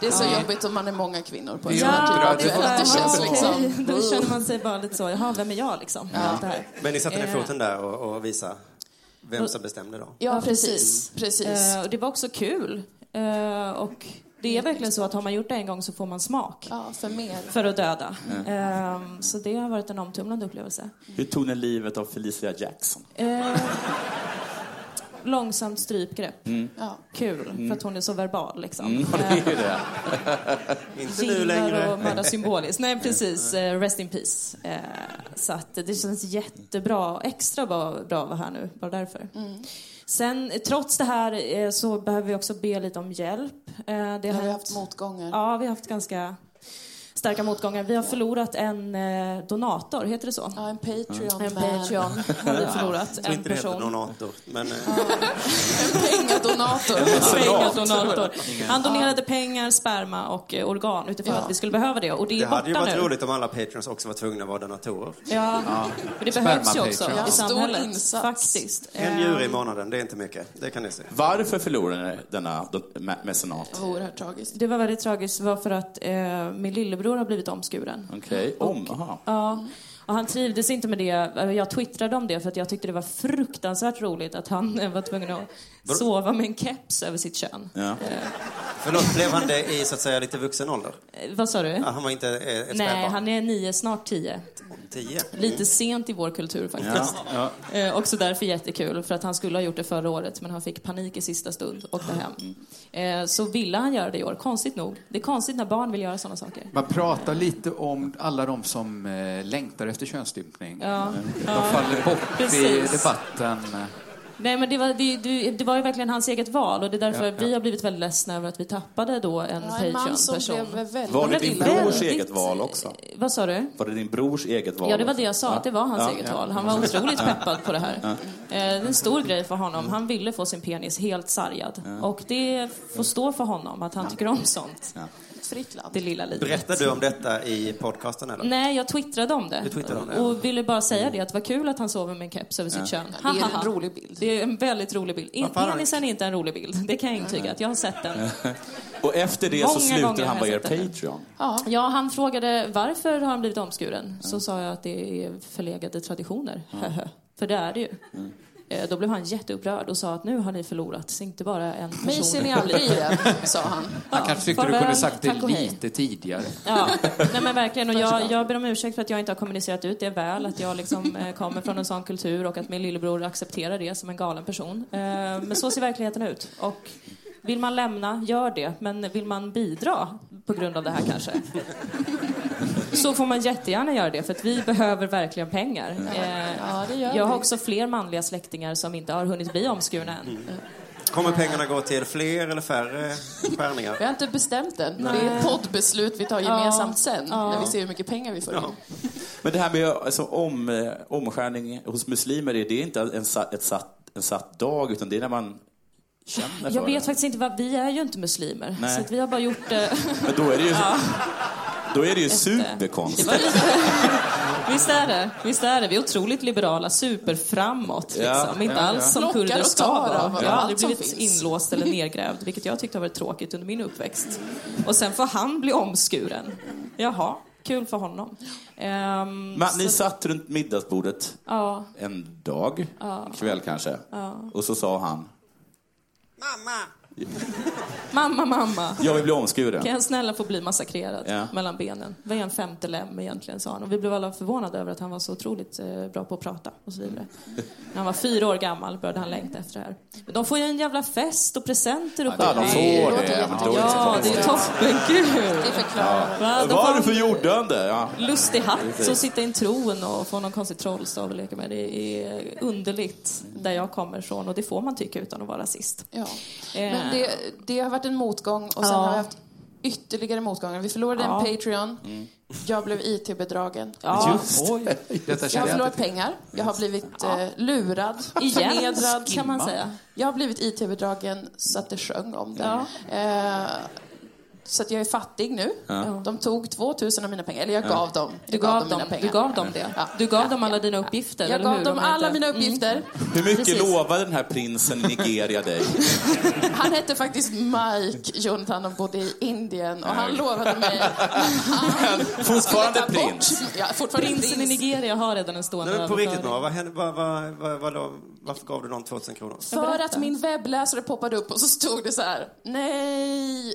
S6: Det är så jobbigt om man är många kvinnor på en sån
S11: Ja,
S6: här
S11: det
S6: typ av kväll. Det känns liksom...
S11: *laughs* Då känner man sig bara lite så, jaha, vem är jag liksom? Allt det här.
S1: Men ni satte ner
S11: Eh.
S1: foten där och, och visade vem som bestämde då?
S6: Ja,
S11: Ja,
S6: precis. Mm. Precis.
S11: Eh, och det var också kul. Eh, och det är verkligen så att har man gjort det en gång så får man smak
S6: Ja, för mer.
S11: för att döda.
S1: Mm.
S11: Eh, så det har varit en omtumlande upplevelse.
S2: Hur tog ni livet av Felicia Jackson?
S11: Eh, långsamt strypgrepp.
S3: Mm.
S6: Ja.
S11: Kul,
S1: Mm.
S11: för att hon är så verbal liksom.
S2: Ja, det är ju det.
S1: Inte nu
S11: Gillar och
S1: längre.
S11: mördar symboliskt. Nej, precis. Eh, Rest in peace. Eh, Så att det känns jättebra. Extra bra, bra att vara här nu, bara därför.
S6: Mm.
S11: Sen, eh, trots det här eh, så behöver vi också be lite om hjälp. Eh, Det har
S6: Vi har
S11: hänt-
S6: haft motgångar.
S11: Ja, vi har haft ganska starka motgångar. Vi har förlorat en eh, donator, heter det så?
S6: Ja, en Patreon.
S11: En
S6: man. *laughs*
S11: Patreon har vi förlorat.
S1: Jag tror
S11: En
S1: inte det heter
S11: person.
S1: donator. Men, eh,
S6: Pengadonator.
S11: Pengadonator. Han donerade pengar, sperma och eh, organ utifrån
S6: Ja.
S11: att vi skulle behöva det. Och det är
S1: det hade ju
S11: borta
S1: varit
S11: nu.
S1: roligt om alla patrons också var tvungna att vara donatorer.
S11: Ja, men det behövs ju
S3: Sperma-Patreon.
S11: också
S6: Ja.
S11: i
S6: Stor
S11: samhället.
S6: insats.
S11: Faktiskt.
S1: En
S11: Eh,
S1: djur i månaden, det är inte mycket. Det kan ni se.
S2: Varför förlorade ni denna do- mä- mecenat?
S6: Det var oerhört tragiskt.
S11: Det var väldigt tragiskt, det var för att eh, min lillebror har blivit omskuren.
S2: Okej, om, aha.
S11: Ja. Och han trivdes inte med det. Jag twittrade om det för att jag tyckte det var fruktansvärt roligt att han *laughs* eh, var tvungen att sova med en keps över sitt kön.
S2: Ja.
S1: Förlåt, blev han det i så att säga lite vuxen ålder?
S11: Eh, vad sa du?
S1: Ja, han var inte eh, ett
S11: Nej,
S1: spädbarn?
S11: han är nio, snart tio.
S1: Tio?
S11: Lite sent i vår kultur faktiskt. Eh, också därför jättekul, för att han skulle ha gjort det förra året men han fick panik i sista stund och åkte hem. Eh, så ville han göra det i år, konstigt nog. Det är konstigt när barn vill göra sådana saker.
S3: Man pratar lite om alla de som eh, längtar efter könsstympning.
S11: Ja.
S3: De faller bort i
S11: Precis.
S3: debatten.
S11: Nej, men det var, det, det, det var ju verkligen hans eget val och det är därför vi har blivit väldigt ledsna över att vi tappade då en
S6: Ja, en man som
S11: Patreon-person.
S6: blev väldigt...
S2: Var det
S11: Men
S2: din
S11: det är
S2: brors
S11: väldigt-
S2: eget val också?
S11: Eh, Vad sa du?
S2: Var det din brors eget val?
S11: Ja, det var det jag sa,
S2: Ja.
S11: att det var hans
S2: Ja.
S11: eget val. Han var
S2: *laughs*
S11: otroligt peppad på det här. Eh, Det är en
S1: Mm.
S11: stor grej för honom. Han ville få sin penis helt sargad. Och det får stå för honom, att han tycker om sånt.
S6: Ett fritt land.
S11: Det lilla livet.
S1: Berättar du om detta i podcasten eller?
S11: Nej, jag twittrade om det.
S1: Du twittrade om det, ja. Mm.
S11: Och ville bara säga det, att det var kul att han sover med en keps över sitt kön.
S6: Det är en
S11: Hahaha.
S6: rolig bild.
S11: Det är en väldigt rolig bild. In-
S1: Vad fan?
S11: Penisen är inte en rolig bild, det kan jag intyga. Att jag har sett den.
S2: *laughs* Och efter det så
S11: Många
S2: slutade
S11: gånger
S2: han
S11: har
S2: vara er
S11: jag sett det.
S2: Patreon.
S11: Ja, han frågade varför har han blivit omskuren? Så sa jag att det är förlegade traditioner. Höhö. *laughs* För det är det ju.
S3: Mm.
S11: Eh, Då blev han jätteupprörd och sa att nu har ni förlorat, så inte bara en person.
S6: Mig ser ni aldrig igen,
S11: *laughs*
S6: sa han.
S11: Ja,
S3: Kanske tyckte du
S11: farväl,
S3: kunde sagt det
S11: tack och hej.
S3: lite tidigare.
S11: Ja, nej men verkligen. Och jag, jag ber om ursäkt för att jag inte har kommunicerat ut det väl, att jag liksom eh, kommer från en sån kultur och att min lillebror accepterar det som en galen person. Eh, men så ser verkligheten ut. Och vill man lämna, gör det. Men vill man bidra på grund av det här kanske? Så får man jättegärna göra det, för att vi behöver verkligen pengar. Eh,
S6: Ja, det gör
S11: jag har
S6: vi.
S11: också fler manliga släktingar som inte har hunnit bli omskurna än.
S6: Mm.
S1: Kommer pengarna gå till fler eller färre skärningar?
S6: Vi har inte bestämt än. Det är ett poddbeslut vi tar gemensamt sen, när vi ser hur mycket pengar vi får in.
S2: Men det här med alltså, om, eh, omskärning hos muslimer, det är inte en, sa- ett satt, en satt dag, utan det är när man känner
S11: Jag
S2: för
S11: vet
S2: det.
S11: faktiskt inte vad, vi är ju inte muslimer.
S2: Nej.
S11: Så att vi har bara gjort eh, det.
S2: Men då är det ju, då är det ju superkonstigt.
S11: Det var lite- Visst är det. Visst är det. Vi är otroligt liberala, superframåt. Liksom.
S2: Ja,
S11: Inte
S2: ja,
S11: alls
S2: ja.
S11: som
S6: Plockar
S11: kurder
S6: och
S11: ska
S6: tar
S11: vara.
S6: av
S11: Jag har aldrig
S6: allt som
S11: blivit
S6: finns. *laughs*
S11: inlåst eller nedgrävd, vilket jag tyckte har varit tråkigt under min uppväxt. Och sen får han bli omskuren. Jaha, kul för honom. Ehm,
S2: Men, ni satt runt middagsbordet
S11: ja,
S2: en dag, kväll kanske, och så sa han
S1: Mamma!
S11: Mamma, mamma.
S2: Jag vill bli omskuren.
S11: Kan jag snälla få bli massakrerad
S2: Ja.
S11: mellan benen? Vad är en femte lem egentligen, sa han. Och vi blev alla förvånade över att han var så otroligt eh, bra på att prata och så
S2: *laughs*
S11: vidare. När han var fyra år gammal började han längta efter det här. Men de får ju en jävla fest och presenter uppe
S2: Ja, de
S11: i-
S2: får
S11: Det
S2: det.
S11: låter
S2: Ja,
S11: jättekul.
S2: det låter
S11: Ja, det är ju
S2: konstigt.
S11: toppenkul. Va?
S2: Vad
S11: De får
S2: är det
S11: en
S2: för jorddöende? Ja.
S11: lustig hatt
S2: Precis.
S11: och sitta i en tron och få någon konstig trollstav att leka med. Det är underligt där jag kommer ifrån och det får man tycka utan att vara rasist.
S6: Ja.
S11: Eh.
S6: Men det, det har varit en motgång och sen
S11: Ja.
S6: har vi haft ytterligare motgångar. Vi förlorade
S11: Ja.
S6: en Patreon.
S1: Mm.
S6: Jag blev IT-bedragen.
S11: Ja.
S3: Oj, detta
S6: Jag har
S3: känner jag
S6: förlorat
S3: inte.
S6: pengar. Jag har blivit eh, lurad,
S11: Igen,
S6: förnedrad.
S11: kan man säga.
S6: Jag har blivit IT-bedragen så att det sjöng om det. Eh, så att jag är fattig nu. De tog 2000 av mina pengar. Eller jag gav dem.
S11: Du
S6: Jag
S11: gav,
S6: gav dem mina
S11: dem,
S6: pengar.
S11: du gav dem det.
S6: Ja.
S11: Du gav dem alla dina uppgifter,
S6: Jag
S11: eller
S6: gav
S11: hur,
S6: dem
S11: om jag
S6: alla
S11: inte-
S6: mina uppgifter.
S2: Hur mycket
S6: Precis.
S2: lovade den här prinsen i
S6: *laughs*
S2: Nigeria dig?
S11: Mm.
S6: Han hette faktiskt Mike Jonathan och bodde i Indien och han
S2: Nej.
S6: lovade
S11: *laughs*
S6: mig han
S2: fortfarande
S6: skulle ta
S2: prins.
S6: Bort, ja, fortfarande
S11: Prinsen i
S6: prins.
S11: Nigeria har redan en
S1: Nej,
S11: stående
S1: men på riktigt,
S11: överföring.
S1: Nora, vad hände, vad, vad, vad, vad, vad, varför gav du någon 2000 kronor?
S6: För
S11: Berätta.
S6: att min webbläsare poppade upp och så stod det så här. Nej.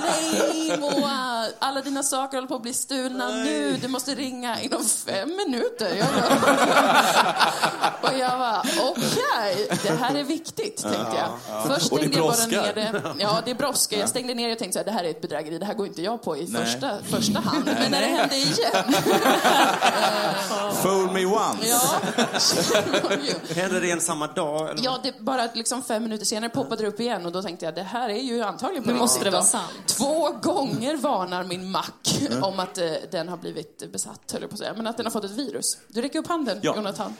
S6: Nej Moa. Alla dina saker håller på att bli stulna nu. Du måste ringa inom fem minuter. Jag bara- och jag bara okej. det här är viktigt tänkte jag. Först
S2: Och det
S6: stängde jag bara
S2: brådskar.
S6: ner det. Ja det brådskar. Jag stängde ner det och tänkte så här. Det här är ett bedrägeri. Det här går inte jag på i
S2: Nej.
S6: första, första hand. Men när det hände igen.
S2: Fool me
S1: *laughs*
S2: once.
S6: ja.
S1: Hände det en samma dag? Eller?
S6: Ja, det bara att liksom fem minuter senare poppade det upp igen och då tänkte jag det här är ju antagligen på
S11: Nu måste
S6: riktigt
S11: det
S6: då.
S11: vara sant.
S6: Två gånger varnar min Mac om att eh, den har blivit besatt, höll jag på att säga. Men att den har fått ett virus. Du räcker upp handen,
S2: Ja.
S6: Jonathan.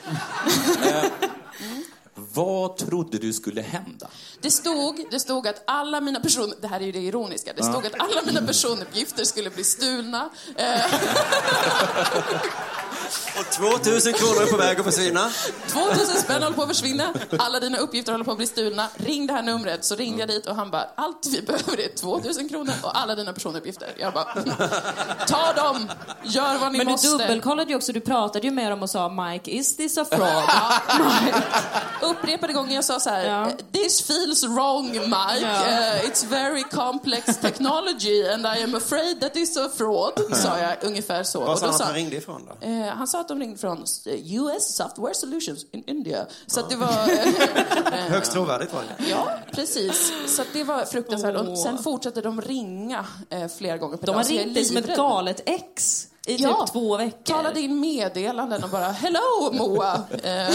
S2: Vad trodde du skulle hända?
S6: Det stod, det stod att alla mina person... Det här är ju det ironiska. Det stod att alla mina personuppgifter skulle bli stulna. Eh,
S1: Och 2000 kronor är på väg att försvinna.
S6: 2000 spänn håller på att försvinna. Alla dina uppgifter håller på att bli stulna. Ring det här numret. Så ringde jag dit och han bara, allt vi behöver är 2000 kronor och alla dina personuppgifter. Jag bara, *laughs* ta dem! Gör vad ni
S11: Men du
S6: måste.
S11: dubbelkollade ju också, du pratade ju med dem och sa Mike, is this a fraud? *laughs*
S6: Upprepade gånger jag sa så här,
S11: Ja.
S6: this feels wrong Mike.
S11: Ja.
S6: Eh, it's very complex technology and I am afraid that it's a fraud. Sa jag ungefär så.
S1: Vad sa
S6: då
S1: han att han ringde ifrån då?
S6: Eh, han sa att de ringde från eh, US Software Solutions in India. Så att det var...
S11: *laughs*
S6: eh,
S1: Högst trovärdigt var det.
S6: Ja, precis. Så att det var fruktansvärt.
S11: Åh.
S6: Och sen fortsatte de ringa eh, flera gånger per
S11: De
S6: dag.
S11: har
S6: så jag är
S11: ringt dig som ett
S6: livrädd.
S11: galet ex i
S6: Ja.
S11: typ två veckor.
S6: Talade in meddelanden och bara “Hello
S11: *laughs*
S6: Moa! Eh,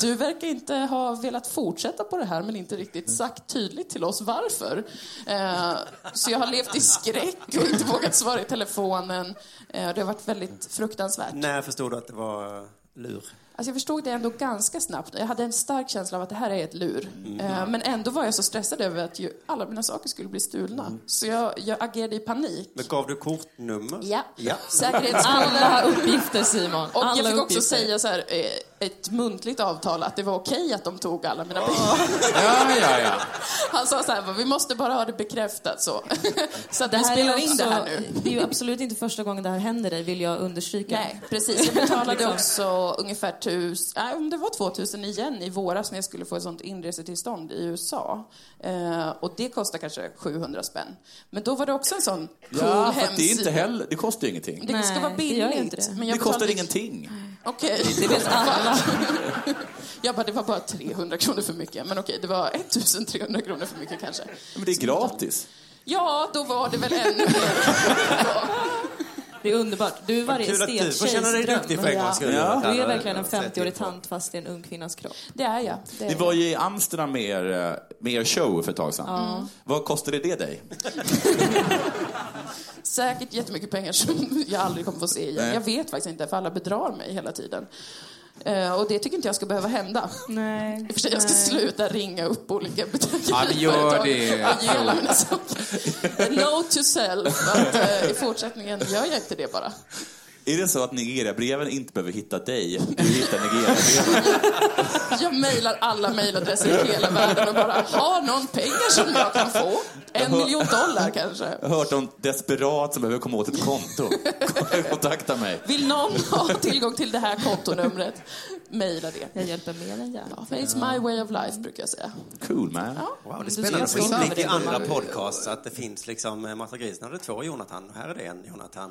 S6: du verkar inte ha velat fortsätta på det här men inte riktigt sagt tydligt till oss varför. Eh, så jag har levt i skräck och inte vågat svara i telefonen. Eh, det har varit väldigt fruktansvärt.
S1: När förstod du att det var eh, lur?
S6: Alltså jag förstod det ändå ganska snabbt. Jag hade en stark känsla av att det här är ett lur.
S3: Mm.
S6: Eh, Men ändå var jag så stressad över att ju alla mina saker skulle bli stulna.
S3: Mm.
S6: Så jag, jag agerade i panik.
S1: Men gav du kortnummer?
S6: Ja.
S1: ja.
S6: Säkerhetskoden.
S11: *laughs* Alla uppgifter Simon.
S6: Och
S11: alla
S6: jag fick också
S11: uppgifter.
S6: säga så här, eh, ett muntligt avtal att det var okej att de tog alla mina pengar.
S3: Ah. Ja, ja, ja.
S6: Han sa så här, vi måste bara ha det bekräftat
S11: *laughs*
S6: så. Så att
S11: Det
S6: vi
S11: här är
S6: spelar in
S11: också-
S6: det här *laughs* nu.
S11: Det är ju absolut inte första gången det här händer dig, vill jag understryka. Liksom.
S6: Nej, precis. Jag
S11: *laughs*
S6: betalade också ungefär 1000, nej, om det var 2000 igen i våras när jag skulle få ett sånt inresetillstånd i USA. Eh, och det kostar kanske 700 spänn. Men då var det också en sån cool
S2: Ja, för att det, är
S6: hemsida.
S2: inte heller, det kostar ju ingenting.
S6: Det ska
S11: Nej,
S6: vara
S11: det
S6: billigt.
S11: gör ju inte det.
S6: Men jag
S2: Det kostar
S6: betalade-
S2: ingenting.
S6: Okej.
S11: Det vet alla.
S6: *laughs* Jag bara, det var bara 300 kronor för mycket. Men okej, det var 1300 kronor för mycket kanske.
S2: Men det är gratis.
S6: Ja, då var det väl ännu mer.
S11: Det är underbart. Du är varje
S1: Kul att du
S11: estet
S1: får känna dig duktig för en gångs skull.
S2: Ja.
S11: Du är verkligen en
S1: typ
S11: 50-årig tant fast i en ung kvinnas kropp.
S6: Det är jag. Det är
S2: Ni
S6: jag.
S2: var ju i Amsterdam med er, eh, med er show för ett tag sedan. Vad kostade det dig?
S6: Säkert jättemycket pengar som *laughs* jag aldrig kommer få se igen.
S2: Nej.
S6: Jag vet faktiskt inte, för alla bedrar mig hela tiden. Eh, och det tycker inte jag ska behöva hända.
S11: Nej.
S6: I och för sig, jag ska sluta ringa upp olika *laughs*
S3: Ja, men gör
S6: bedrägeriföretag och ge
S3: det.
S6: alla mina saker. Alltså, No to self. Att, eh, I fortsättningen gör jag inte det bara.
S2: Är det så att Nigeria-breven inte behöver hitta dig? Du hittar Nigeria-breven.
S6: Jag mejlar alla mejladresser i hela världen och bara, har någon pengar som jag kan få? En miljon dollar kanske?
S2: Jag har hört om desperat som behöver komma åt ett konto. *laughs* Kontakta mig.
S6: *laughs* Vill någon ha tillgång till det här kontonumret? mejla det. Jag hjälper mer än gärna. Ja, men it's my way of life, brukar jag säga.
S2: Cool man.
S1: Wow, det är
S6: Du
S1: spännande att
S6: ser
S1: få
S6: så
S1: inblick i
S6: överraskad
S1: andra
S6: ut.
S1: podcasts. Att det finns liksom, eh, Marta Grisen hade två Jonathan. Här är det en Jonathan.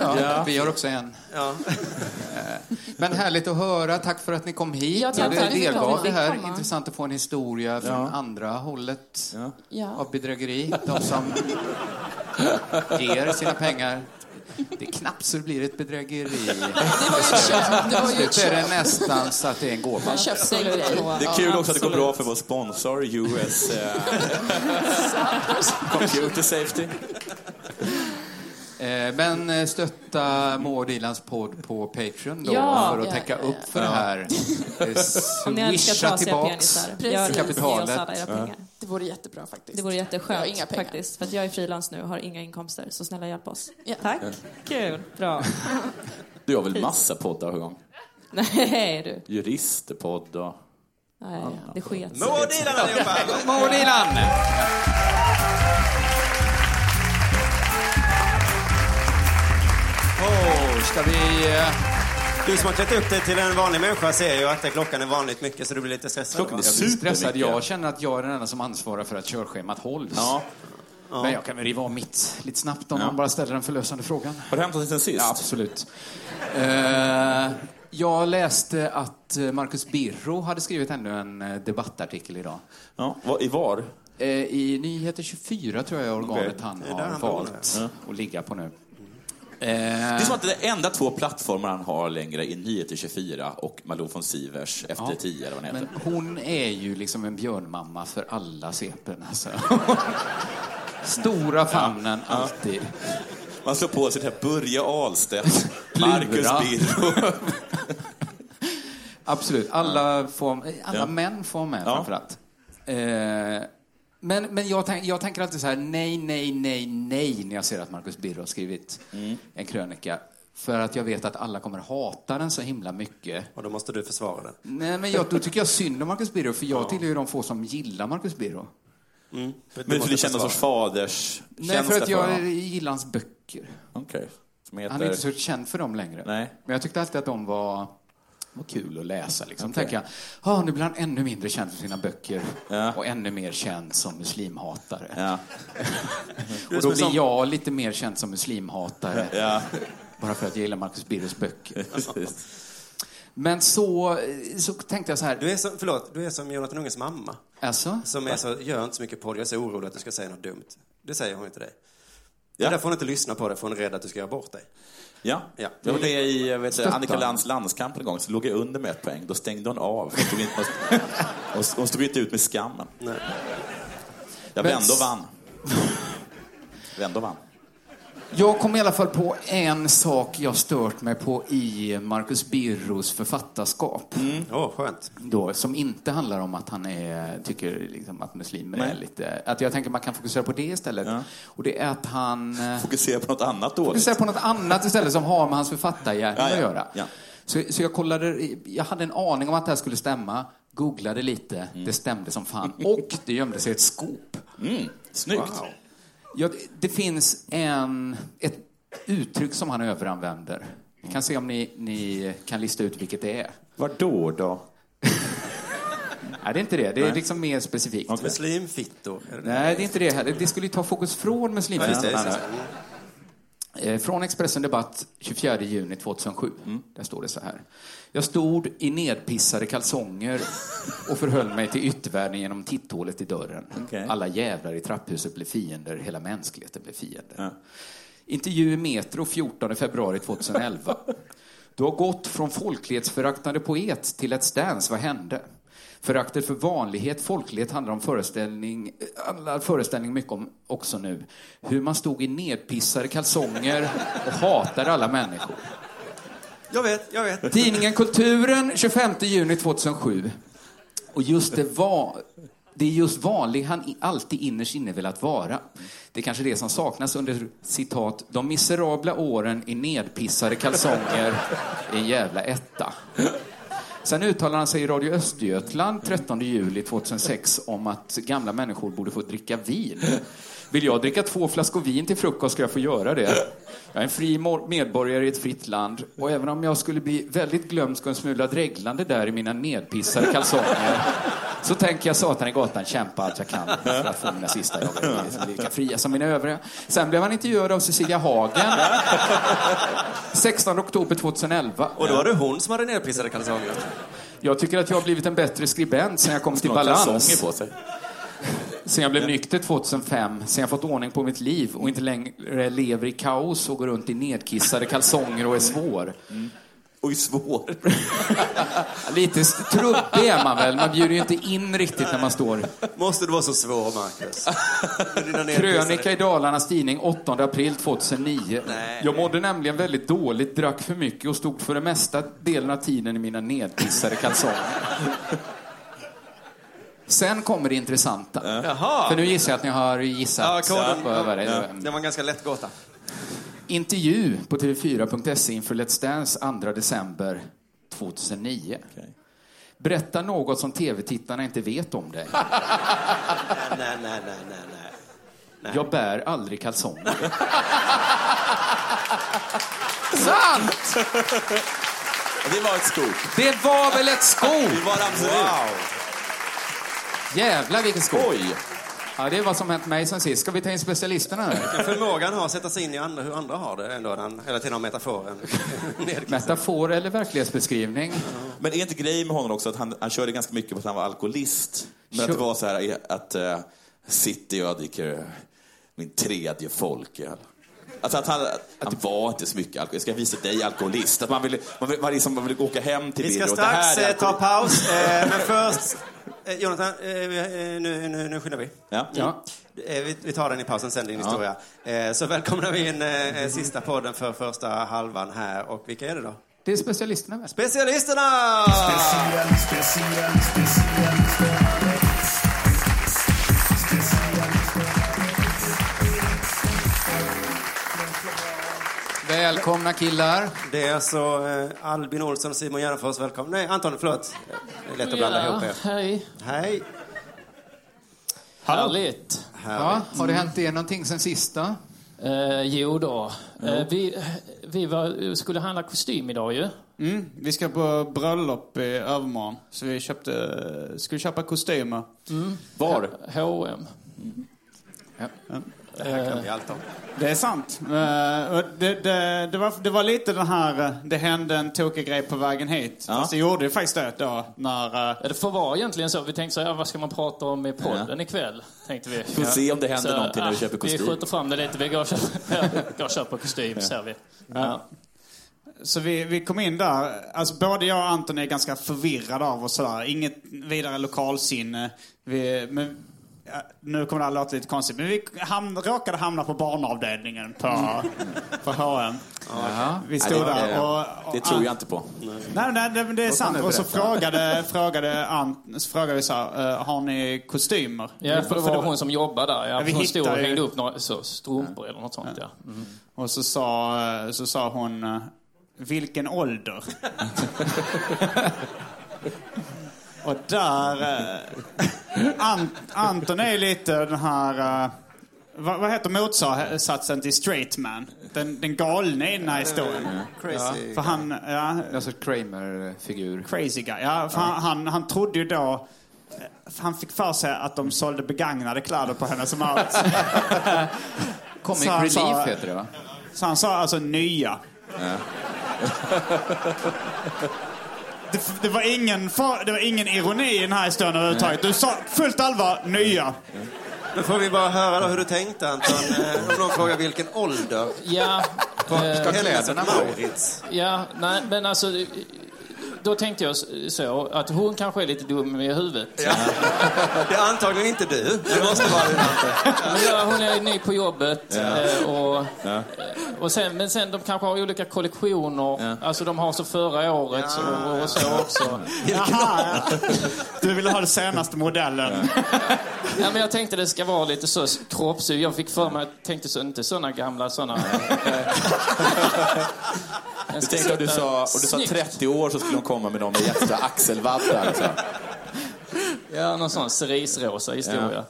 S3: Ja, Vi har också en. Eh,
S1: Ja.
S3: Men härligt att höra. Tack för att ni kom hit.
S6: Ja, tack
S3: och
S6: för att vi fick
S3: delgav
S6: komma.
S3: det här.
S6: Fick komma.
S3: Intressant att få en historia från
S2: Ja.
S3: andra hållet
S6: Ja.
S3: av bedrägeri. De som ger sina pengar. Det är knappt så det blir ett bedrägeri.
S6: Det var ju ett köp. Det var ju ett
S3: Det är
S6: köp.
S3: nästan så att det är en gåva.
S6: Jag köpte en grej.
S2: Det är kul också att det går bra för vår sponsor US eh, Computer Safety.
S3: *laughs* Eh, Men eh, stötta Maud Ilans podd på Patreon då
S11: Ja.
S3: för att
S6: Ja,
S3: täcka
S6: ja, ja.
S3: upp för det här. Eh,
S11: *laughs* Om ni älskar
S3: Swisha
S11: trasiga
S3: tillbaks.
S11: penisar,
S6: Precis.
S11: gör det. Ge oss
S3: Kapitalet.
S11: alla era pengar.
S6: Det vore jättebra faktiskt.
S11: Det vore
S6: Jag har
S11: jätteskönt
S6: inga pengar.
S11: faktiskt. För att jag är frilans nu och har inga inkomster. Så snälla hjälp oss.
S6: Ja.
S11: Tack. Kul. *laughs* Bra.
S2: Du har väl massa poddar igång?
S11: Nej du.
S2: Juristpodd och...
S11: Nej, det sket sig.
S1: Maud Ilan allihopa!
S3: Maud Ilan! Åh, ska vi... eh,
S1: Du som har klätt upp dig till en vanlig människa ser ju att det- klockan är vanligt mycket så du blir lite stressad.
S2: Klockan
S1: va?
S2: är
S3: Jag blir stressad.
S2: supermycket.
S3: Jag känner att jag är den enda som ansvarar för att körschemat hålls.
S2: Ja.
S3: Men jag kan väl riva av mitt lite snabbt om
S2: Ja.
S3: man bara ställer den förlösande frågan.
S2: Har du hämtat dig sen sist?
S3: Ja, absolut. Eh, jag läste att eh, Marcus Birro hade skrivit ännu en eh, debattartikel idag.
S2: Ja, vad- I var?
S3: Eh, I Nyheter 24 tror jag är organet
S2: Okej.
S3: han
S1: är där
S3: har
S1: han bor
S3: valt att ligga på nu.
S2: Det är som att det är enda två plattformar han har längre i Nyheter 24 och Malou von Sivers Efter 10 eller vad den
S3: Men
S2: heter.
S3: hon är ju liksom en björnmamma för alla sepen alltså. Stora famnen alltid.
S2: Man slår på sig det här Börje Ahlstedt, Marcus
S3: Plura.
S2: *laughs* Birro.
S3: Absolut. Alla, får, alla
S2: Ja.
S3: män får med
S2: Ja.
S3: framförallt. Eh, men men jag, tänk, jag tänker alltid så här, nej, nej, nej, nej, när jag ser att Marcus Birro har skrivit en krönika. För att jag vet att alla kommer hata den så himla mycket.
S1: Och då måste du försvara den.
S3: Nej, men jag, då tycker jag synd om Marcus Birro, för jag tillhör ju de få som gillar Marcus Birro.
S2: Men för
S1: måste
S2: du känner någon sorts faderskänsla
S3: Nej, för att jag
S2: honom?
S3: gillar hans böcker.
S2: Okej. Som
S3: Han är
S2: heter...
S3: inte så känd för dem längre.
S2: Nej.
S3: Men jag tyckte alltid att de var, var kul att läsa. Liksom. Tänker jag, "Ah, nu blir han ännu mindre känd för sina böcker
S2: Ja.
S3: och ännu mer känd som muslimhatare.
S2: Ja.
S3: Och då blir jag lite mer känd som muslimhatare.
S2: Ja.
S3: Bara för att jag gillar Marcus Birros böcker.
S2: *laughs* Precis.
S3: Men så, eh, så tänkte jag så här,
S1: Du är som, förlåt, du är som Jonathan Unges mamma.
S3: alltså?
S1: Som är så, gör inte så mycket podd, jag är så orolig att du ska säga något dumt. Det säger hon inte dig. Det
S2: Ja.
S1: är därför hon inte lyssnar på det, för hon är rädd att du ska göra bort dig.
S2: Ja.
S1: Ja.
S2: Jag var med i jag vet, Annika Lantz landskamp en gång, så låg jag under med ett poäng. Då stängde hon av. Hon stod inte, hon, hon stod inte ut med skammen. Jag
S3: Men-
S2: vände och vann. Vände och vann.
S3: Jag kom i alla fall på en sak jag stört mig på i Marcus Birros författarskap.
S2: Mm.
S1: Åh, skönt.
S3: då, som inte handlar om att han är, tycker liksom att muslimer är lite... Att jag tänker man kan fokusera på det istället. Och det är att han eh,
S2: Fokusera på något annat dåligt.
S3: fokuserar på något annat istället som har med hans författargärning
S2: Ja, ja,
S3: att göra.
S2: ja.
S3: Så, så jag kollade, jag hade en aning om att det här skulle stämma, googlade lite, det stämde som
S2: *laughs*
S3: fan. Och det gömde sig ett skop.
S2: Mm. Snyggt.
S3: Ja, det- det finns en, ett uttryck som han överanvänder. Vi kan se om ni, ni kan lista ut vilket det är.
S2: Vart då då?
S3: Nej, det är inte det. Det är liksom mer specifikt.
S1: Muslimfittor. är det det?
S3: Nej, det är inte det heller. Det skulle ju ta fokus från
S1: Ja, just det, just
S3: muslimfestivalen.
S1: det.
S3: Eh, Från Expressen Debatt 24 juni 2007. Där står det så här. Jag stod i nedpissade kalsonger och förhöll mig till yttervärlden genom titthålet i dörren.
S2: Okej.
S3: Alla jävlar i trapphuset blev fiender, hela mänskligheten blev fiender. Intervju i Metro 14 februari 2011. Du har gått från folklighetsföraktande poet till Let's Dance. Vad hände? Föraktet för vanlighet, folklighet handlar om föreställning, handlar föreställning mycket om också nu. Hur man stod i nedpissade kalsonger och hatade alla människor.
S1: Jag vet, jag vet.
S3: Tidningen Kulturen 25 juni 2007. Och just det var... Det är just vanlig han i- alltid innerst inne velat vara. Det är kanske det som saknas under citat de miserabla åren i nedpissade kalsonger i en jävla etta. Sen uttalar han sig i Radio Östergötland 13 juli 2006 om att gamla människor borde få dricka vin. Vill jag dricka två flaskor vin till frukost ska jag få göra det. Jag är en fri mor- medborgare i ett fritt land och även om jag skulle bli väldigt glömsk och en smula dreglande där i mina nedpissade kalsonger så tänker jag satan i gatan kämpa allt jag kan för att få mina sista dagar i livet, bli lika fria som mina övriga. Sen blev han intervjuad av Cecilia Hagen 16 oktober 2011.
S1: Och då var det hon som hade nedpissade kalsonger.
S3: Jag tycker att jag har blivit en bättre skribent sen jag kom till
S1: Snart
S3: balans.
S1: kalsonger på sig.
S3: Sen jag blev nykter 2005, sen jag fått ordning på mitt liv och inte längre lever i kaos och går runt i nedkissade kalsonger och är svår.
S2: Och är svår?
S3: *laughs* Lite s- trubbig är man väl, man bjuder ju inte in riktigt när man står.
S1: Måste du vara så svår, Marcus? Med dina nedpissade-
S3: Krönika i Dalarnas tidning 8 april 2009. Jag mådde nämligen väldigt dåligt, drack för mycket och stod för den mesta delen av tiden i mina
S1: *laughs*
S3: nedpissade kalsonger. Sen kommer det intressanta.
S1: Jaha.
S3: För nu gissar jag att ni har gissat
S1: Ja, koden.
S3: på vad det är.
S1: Ja. Det var en ganska lätt gåta.
S3: Intervju på TV4.se inför Let's Dance 2 december 2009. Berätta något som TV-tittarna inte vet
S1: *laughs*
S3: om dig.
S1: nej, nej, nej, nej, nej.
S3: Jag bär aldrig kalsonger.
S2: *laughs* Sant! Det var ett skop.
S3: Det var väl
S1: *laughs*
S3: ett skop?
S2: Det var det absolut.
S3: Jävlar vilket skop. Ja, det är vad som hänt mig sen sist. Ska vi ta in specialisterna nu?
S1: Vilken förmåga han har att sätta sig in i andra, hur andra har det ändå. när Han hela tiden har
S2: *laughs*
S1: metaforen.
S3: Metafor eller verklighetsbeskrivning?
S2: Men är inte grejen med honom också att han, han körde ganska mycket på att han var alkoholist? Men att det var så här eh, att uh, city jag dricker eh, min tredje folköl. Alltså att han, att han var inte så mycket alkoholist. Jag ska visa dig alkoholist. Att man ville, man ville, man liksom, man ville åka hem till
S1: Vi ska
S2: Birger och
S1: strax
S2: det här är alltså-
S1: eh, ta
S2: alkohol-
S1: paus, eh, men först... Eh, Jonathan, eh, eh, nu, nu, nu skyndar vi.
S2: Ja.
S1: Mm. Eh, vi, vi tar den i pausen sen, din
S2: Ja.
S1: historia. Eh, så välkomnar vi in eh, eh, sista podden för första halvan här. Och vilka är det då?
S3: Det är specialisterna med.
S1: Specialisterna!
S3: Välkomna killar.
S1: Det är alltså eh, Albin Olsson och Simon Gärdenfors. Välkomna. Nej, Anton, förlåt. Det är lätt att blanda
S12: Ja,
S1: ihop er.
S6: Hej.
S1: Hej.
S12: Härligt.
S3: Ja, har det hänt er någonting sen sista?
S12: Eh, jo då. Eh, vi vi var, skulle handla kostym idag ju.
S4: Mm, vi ska på bröllop i övermorgon. Så vi köpte, skulle köpa kostymer.
S12: Var? H&M.
S4: Ja. Eh,
S1: Det här kan vi allt om.
S4: Det är sant. Eh, och det, det, det, var, det var lite den här, eh, det hände en tokig grej på vägen hit. Fast det gjorde ju faktiskt det då. När, eh,
S12: Ja, det får vara egentligen så. Vi tänkte så här, vad ska man prata om i podden ikväll? Tänkte vi.
S4: Får se om det händer
S12: så, ah,
S4: någonting när vi köper kostym.
S12: Vi skjuter fram det lite. Vi går och köper, *laughs* går och köper kostym, ser vi.
S4: Ja. Så vi, vi kom in där. Alltså både jag och Anton är ganska förvirrade av och sådär. Inget vidare lokalsinne. Vi, men, ja, nu kommer det här låta lite konstigt, men vi hamn, råkade hamna på barnavdelningen på,
S2: Mm.
S4: på H&M. Vi stod
S2: Nej, det-
S4: där och, och
S2: Det tror jag inte på.
S4: Nej, nej, nej men det är
S2: Låt
S4: sant.
S2: han nu
S4: Och så
S2: berätta.
S4: frågade, frågade, Ant, så frågade vi så här, eh, har ni kostymer?
S12: Ja, för det var hon som jobbade där. Ja,
S4: Ja, vi
S12: hon stod och
S4: hittar ju-
S12: hängde upp några så, strumpor eller något sånt. Ja. Mm.
S4: Och så sa, så sa hon, eh, vilken ålder? *laughs* och där... eh, Ant, Anton är lite den här... eh, Vad, vad heter motsatsen till straight man? Den, den galne i den här historien.
S3: Crazy
S4: För han, ja,
S3: Alltså Kramer-figur.
S4: Crazy guy. Ja, för Han, han, han trodde ju då... eh, för Han fick för sig att de sålde begagnade kläder på Hennes & Mauritz.
S3: Comic
S4: Så han
S3: Relief
S4: sa-
S3: heter det va?
S4: Så han sa alltså nya. Det, det, var ingen, fa- det var ingen ironi i den här historien överhuvudtaget. Du sa fullt allvar nya.
S1: Nu får vi bara höra då hur du tänkte, Anton. Eh, Om någon frågar vilken ålder.
S12: Ja, eh,
S1: Hennes Mauritz.
S12: Ja, nej, men alltså... Då tänkte jag så, att hon kanske är lite dum i huvudet.
S1: Det är antagligen inte du. Det måste vara din Ante.
S12: Men ja, hon är ny på jobbet
S1: Ja.
S12: eh, och eh, Och sen, men sen de kanske har olika kollektioner. Alltså de har så förra året så, och så också.
S4: Jaha, du ville ha den senaste modellen.
S12: Ja, men jag tänkte det ska vara lite så kroppslig. Jag fick för mig, jag tänkte så, inte såna gamla såna.
S2: *laughs* Du tänkte om du sa, om du sa 30 år så skulle de komma med dem med extra axelvaddar. Liksom.
S12: Ja, någon sån cerisrosa historia.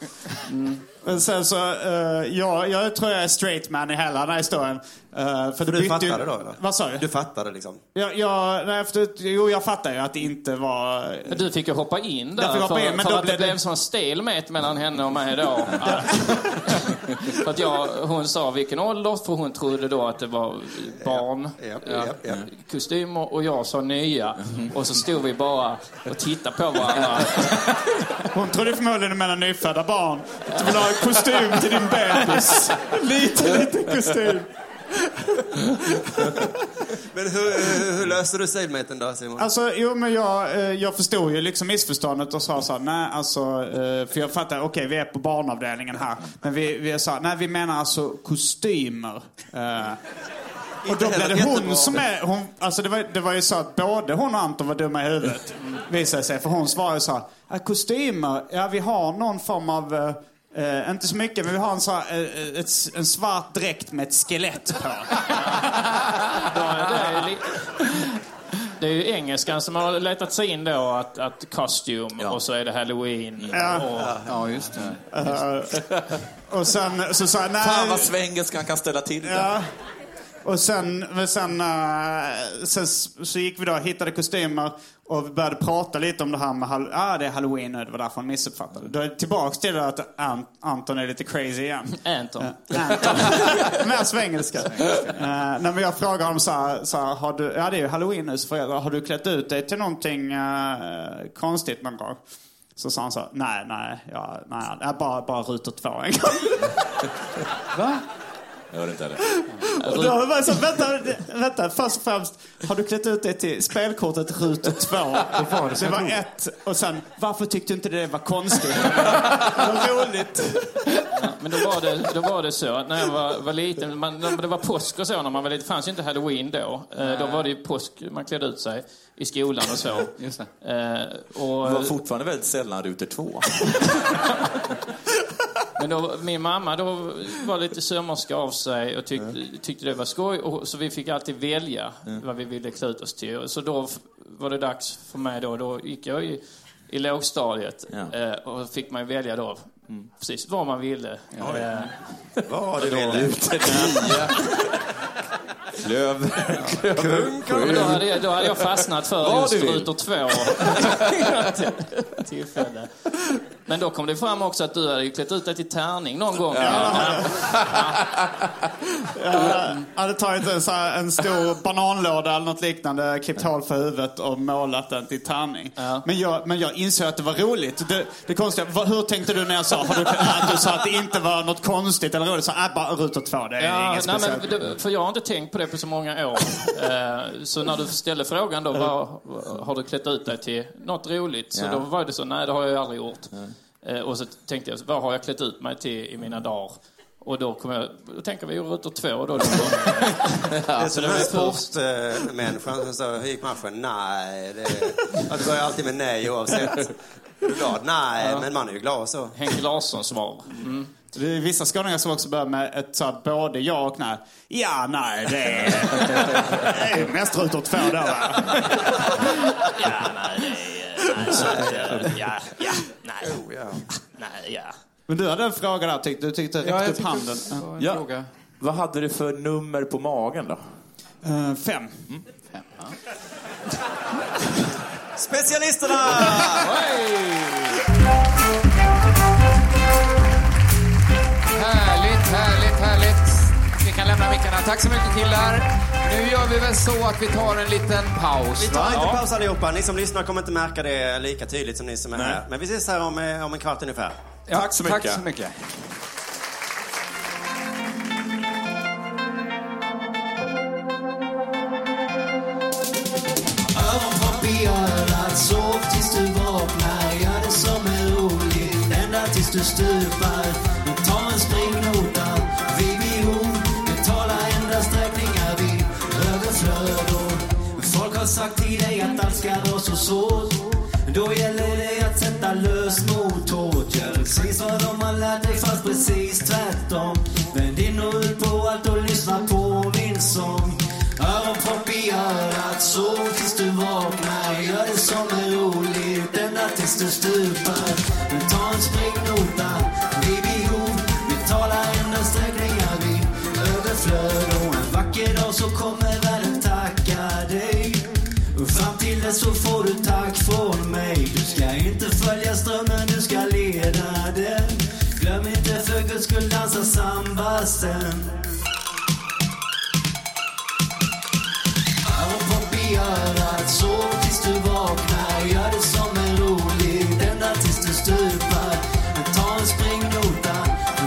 S4: Men sen så, eh, jag, jag tror jag är straight man i hela den här historien. Eh, för det
S1: Du
S4: bytte ju-
S1: fattade då, eller?
S4: Vad sa du?
S1: Du fattade liksom.
S4: Jag, jag, nej, efter, jo, jag fattar ju att det inte var...
S12: Men du fick ju hoppa in
S4: Jag
S12: där
S4: fick hoppa
S12: för,
S4: in, men
S12: Alltså, för
S4: då
S12: att
S4: blev
S12: det
S4: det-
S12: blev en sån stelmet mellan henne och
S4: *laughs*
S12: mig då. Ja. för att jag, hon sa vilken ålder, för hon trodde då att det var barn,
S1: ja, ja.
S12: kostymer och jag sa nya. Och så stod vi bara och tittade på varandra.
S4: Hon trodde förmodligen du menade nyfödda barn. Att Du vill ha en kostym till din
S1: *laughs*
S4: bebis. Lite, lite kostym.
S1: Men hur, hur, hur löser du statementen då, Simon?
S4: Alltså, jo men jag, eh, jag förstod ju liksom missförståndet och sa så här, nej alltså, eh, för jag fattar, okej vi är på barnavdelningen här. Men vi, vi sa, nej vi menar alltså kostymer. Eh, och
S7: Inte
S4: då blev
S7: heller
S4: det hon
S7: jättebra.
S4: som är, hon, alltså det var, det var ju så att både hon och Anton var dumma i huvudet. Visade sig, för hon svarade så här, "Ja, kostymer, ja vi har någon form av eh, Eh, inte så mycket, men vi har en, så här, eh, ett, en svart dräkt med ett skelett på.
S12: Det är, li- det är ju engelskan som har letat sig in då, att, att costume och så är det halloween.
S4: Ja.
S12: Och,
S3: ja, just
S4: Eh, och sen så sa jag, *laughs* nej.
S2: Fan vad svängelskan kan ställa till det.
S4: Ja. Och sen, men sen, eh, sen s- så gick vi då och hittade kostymer och vi började prata lite om det här med hall- ah, det är halloween nu, det var därför han missuppfattade. Då är det tillbaks till det att Ant- Anton är lite crazy igen. Eh,
S12: Anton.
S4: *laughs* Anton. *laughs* Mer svengelska. Uh, när jag frågar honom så här, så här har du, ja det är ju halloween nu, så frågar jag, har du klätt ut dig till någonting eh, konstigt någon gång? Så sa han så här, nej, nej, ja, nej, jag bara, bara rutor två en gång. Va?
S2: Jag hörde inte heller.
S12: Alltså-
S4: Och då var jag så, vänta, vänta, först och främst, har du klätt ut dig till spelkortet rutor 2?
S3: Vad var det som
S4: det var
S3: jag tog?
S4: ett. Och sen, varför tyckte du inte det var konstigt? roligt.
S12: Men då var det, då var det så att när jag var, var liten, man, när det var påsk och så när man var liten, det fanns ju inte halloween då. Eh, då var det ju påsk, man klädde ut sig i skolan och så. Just Eh,
S2: Det var
S12: och,
S2: fortfarande väldigt sällan ruter två.
S12: men då, min mamma då var lite sömmerska av sig och tyck, tyckte det var skoj. Och, så vi fick alltid välja vad vi ville klä ut oss till. Så då f- var det dags för mig då, då gick jag i, i lågstadiet eh, och fick man välja då precis vad man ville. Eh,
S1: Vad
S2: det
S12: *laughs*
S2: ville. Ruter Klöv. Klöv.
S12: Ja, men Då hade, jag, då hade jag fastnat för
S2: Vad
S12: just
S2: du vill.
S12: rutor två. *laughs* Till- tillfälle. Men då kom det fram också att du hade ju klätt ut dig till tärning någon gång.
S4: Jag hade tagit en, så här, en stor bananlåda eller något liknande, klippt hål för huvudet och målat den till tärning. Men, jag, men jag insåg att det var roligt. Det, det konstiga, vad, hur tänkte du när jag sa, har du, att du sa att det inte var något konstigt eller roligt? Så, äh, bara rutor två, det är inget
S12: nej,
S4: speciellt.
S12: men, det- för jag har inte tänkt på det på så många år. Eh, Så när du ställde frågan då, vad, har du klätt ut dig till något roligt? Så
S2: Ja.
S12: då var det så, nej det har jag ju aldrig gjort. Eh, Och så tänkte jag, vad har jag klätt ut mig till i mina dagar? Och då kom jag, då tänker vi ju rutor
S4: *laughs*
S12: två då.
S1: det är som den här
S12: tur.
S1: sportmänniskan som sa, hur gick matchen? Nej, det... Att det börjar alltid med nej oavsett. Är du glad? Nej,
S4: Ja.
S1: men man är ju glad så.
S12: Henke Larsson svar.
S4: Det är vissa skåningar som också börjar med ett så här, både ja och nej. Ja,
S12: nou,
S4: nej, det är, det är mest rutor två då. va?
S12: *laughs* Ja, Oh, ja, nej. Nej, ja.
S4: Men du hade en fråga där, tyckte, du tyckte räckte upp handen.
S2: Ja. Vad hade du för nummer på magen då?
S4: Eh, fem.
S1: Specialisterna!
S3: Härligt, härligt, härligt. Vi kan lämna mickarna. Tack så mycket killar. Nu gör vi väl så att vi tar en liten paus.
S1: Vi
S3: va?
S1: tar
S3: Ja.
S1: inte paus allihopa. Ni som lyssnar kommer inte märka det lika tydligt som ni som är här. Men vi ses här om, eh, om en kvart ungefär.
S3: Ja, Tack så tack mycket. så mycket.
S13: Öronpropp i örat, sov tills du vaknar. Gör det som är roligt, ända tills du stupar. Ta en springnota, vid behov. Betala endast i dig att allt ska vara så svårt. Då gäller det att sätta lös mot hårt. Gör precis vad de har lärt dig fast precis tvärtom. Vänd in och ut på allt och lyssna på min sång. Öronpropp i örat, sov tills du vaknar. Gör det som är roligt, ända tills du stupar. Men ta en springnota, vi blir ihop. Vi talar enda sträckningar vi överflöd. Och en vacker dag så kommer världen tacka dig. Fram till dess så får du tack från mig. Du ska inte följa strömmen, du ska leda den. Glöm inte för guds skull dansa samba sen. Öronpropp i örat, sov tills du vaknar. Gör det som är roligt, ända tills du stupar. Ta en springnota,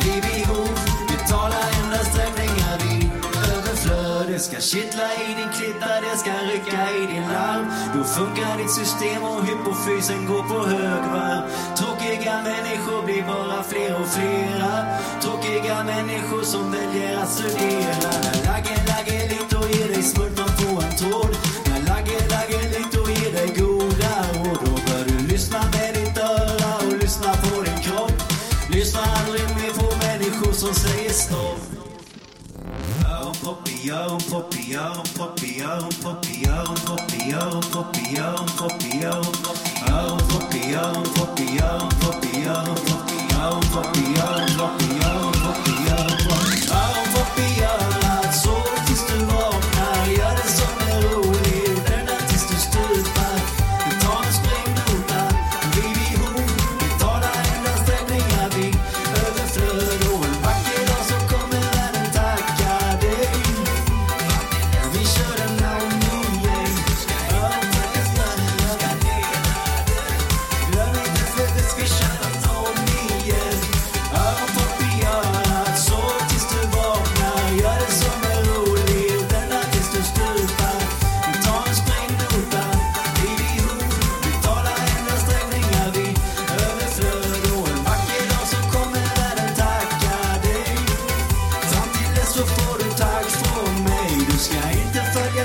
S13: vi blir ihop. Vi talar enda sträckningar vi överflöd. Det ska kittla i din klitta, det ska rycka i din larm. Då funkar ditt system och hypofysen går på högvarv. Tråkiga människor blir bara fler och flera. Tråkiga människor som väljer att studera. När Lagge, Lagge, Litto ger dig smultron på en tråd. När Lagge, Lagge, Litto ger dig goda råd. Då bör du lyssna med ditt öra och lyssna på din kropp. Lyssna aldrig mer på människor som säger stopp.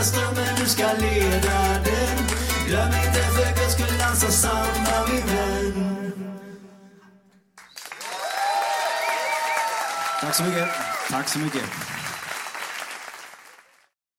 S13: Strömmen du ska leda den Glöm inte för guds skull dansa samba min vän
S14: Tack så mycket. Tack så mycket.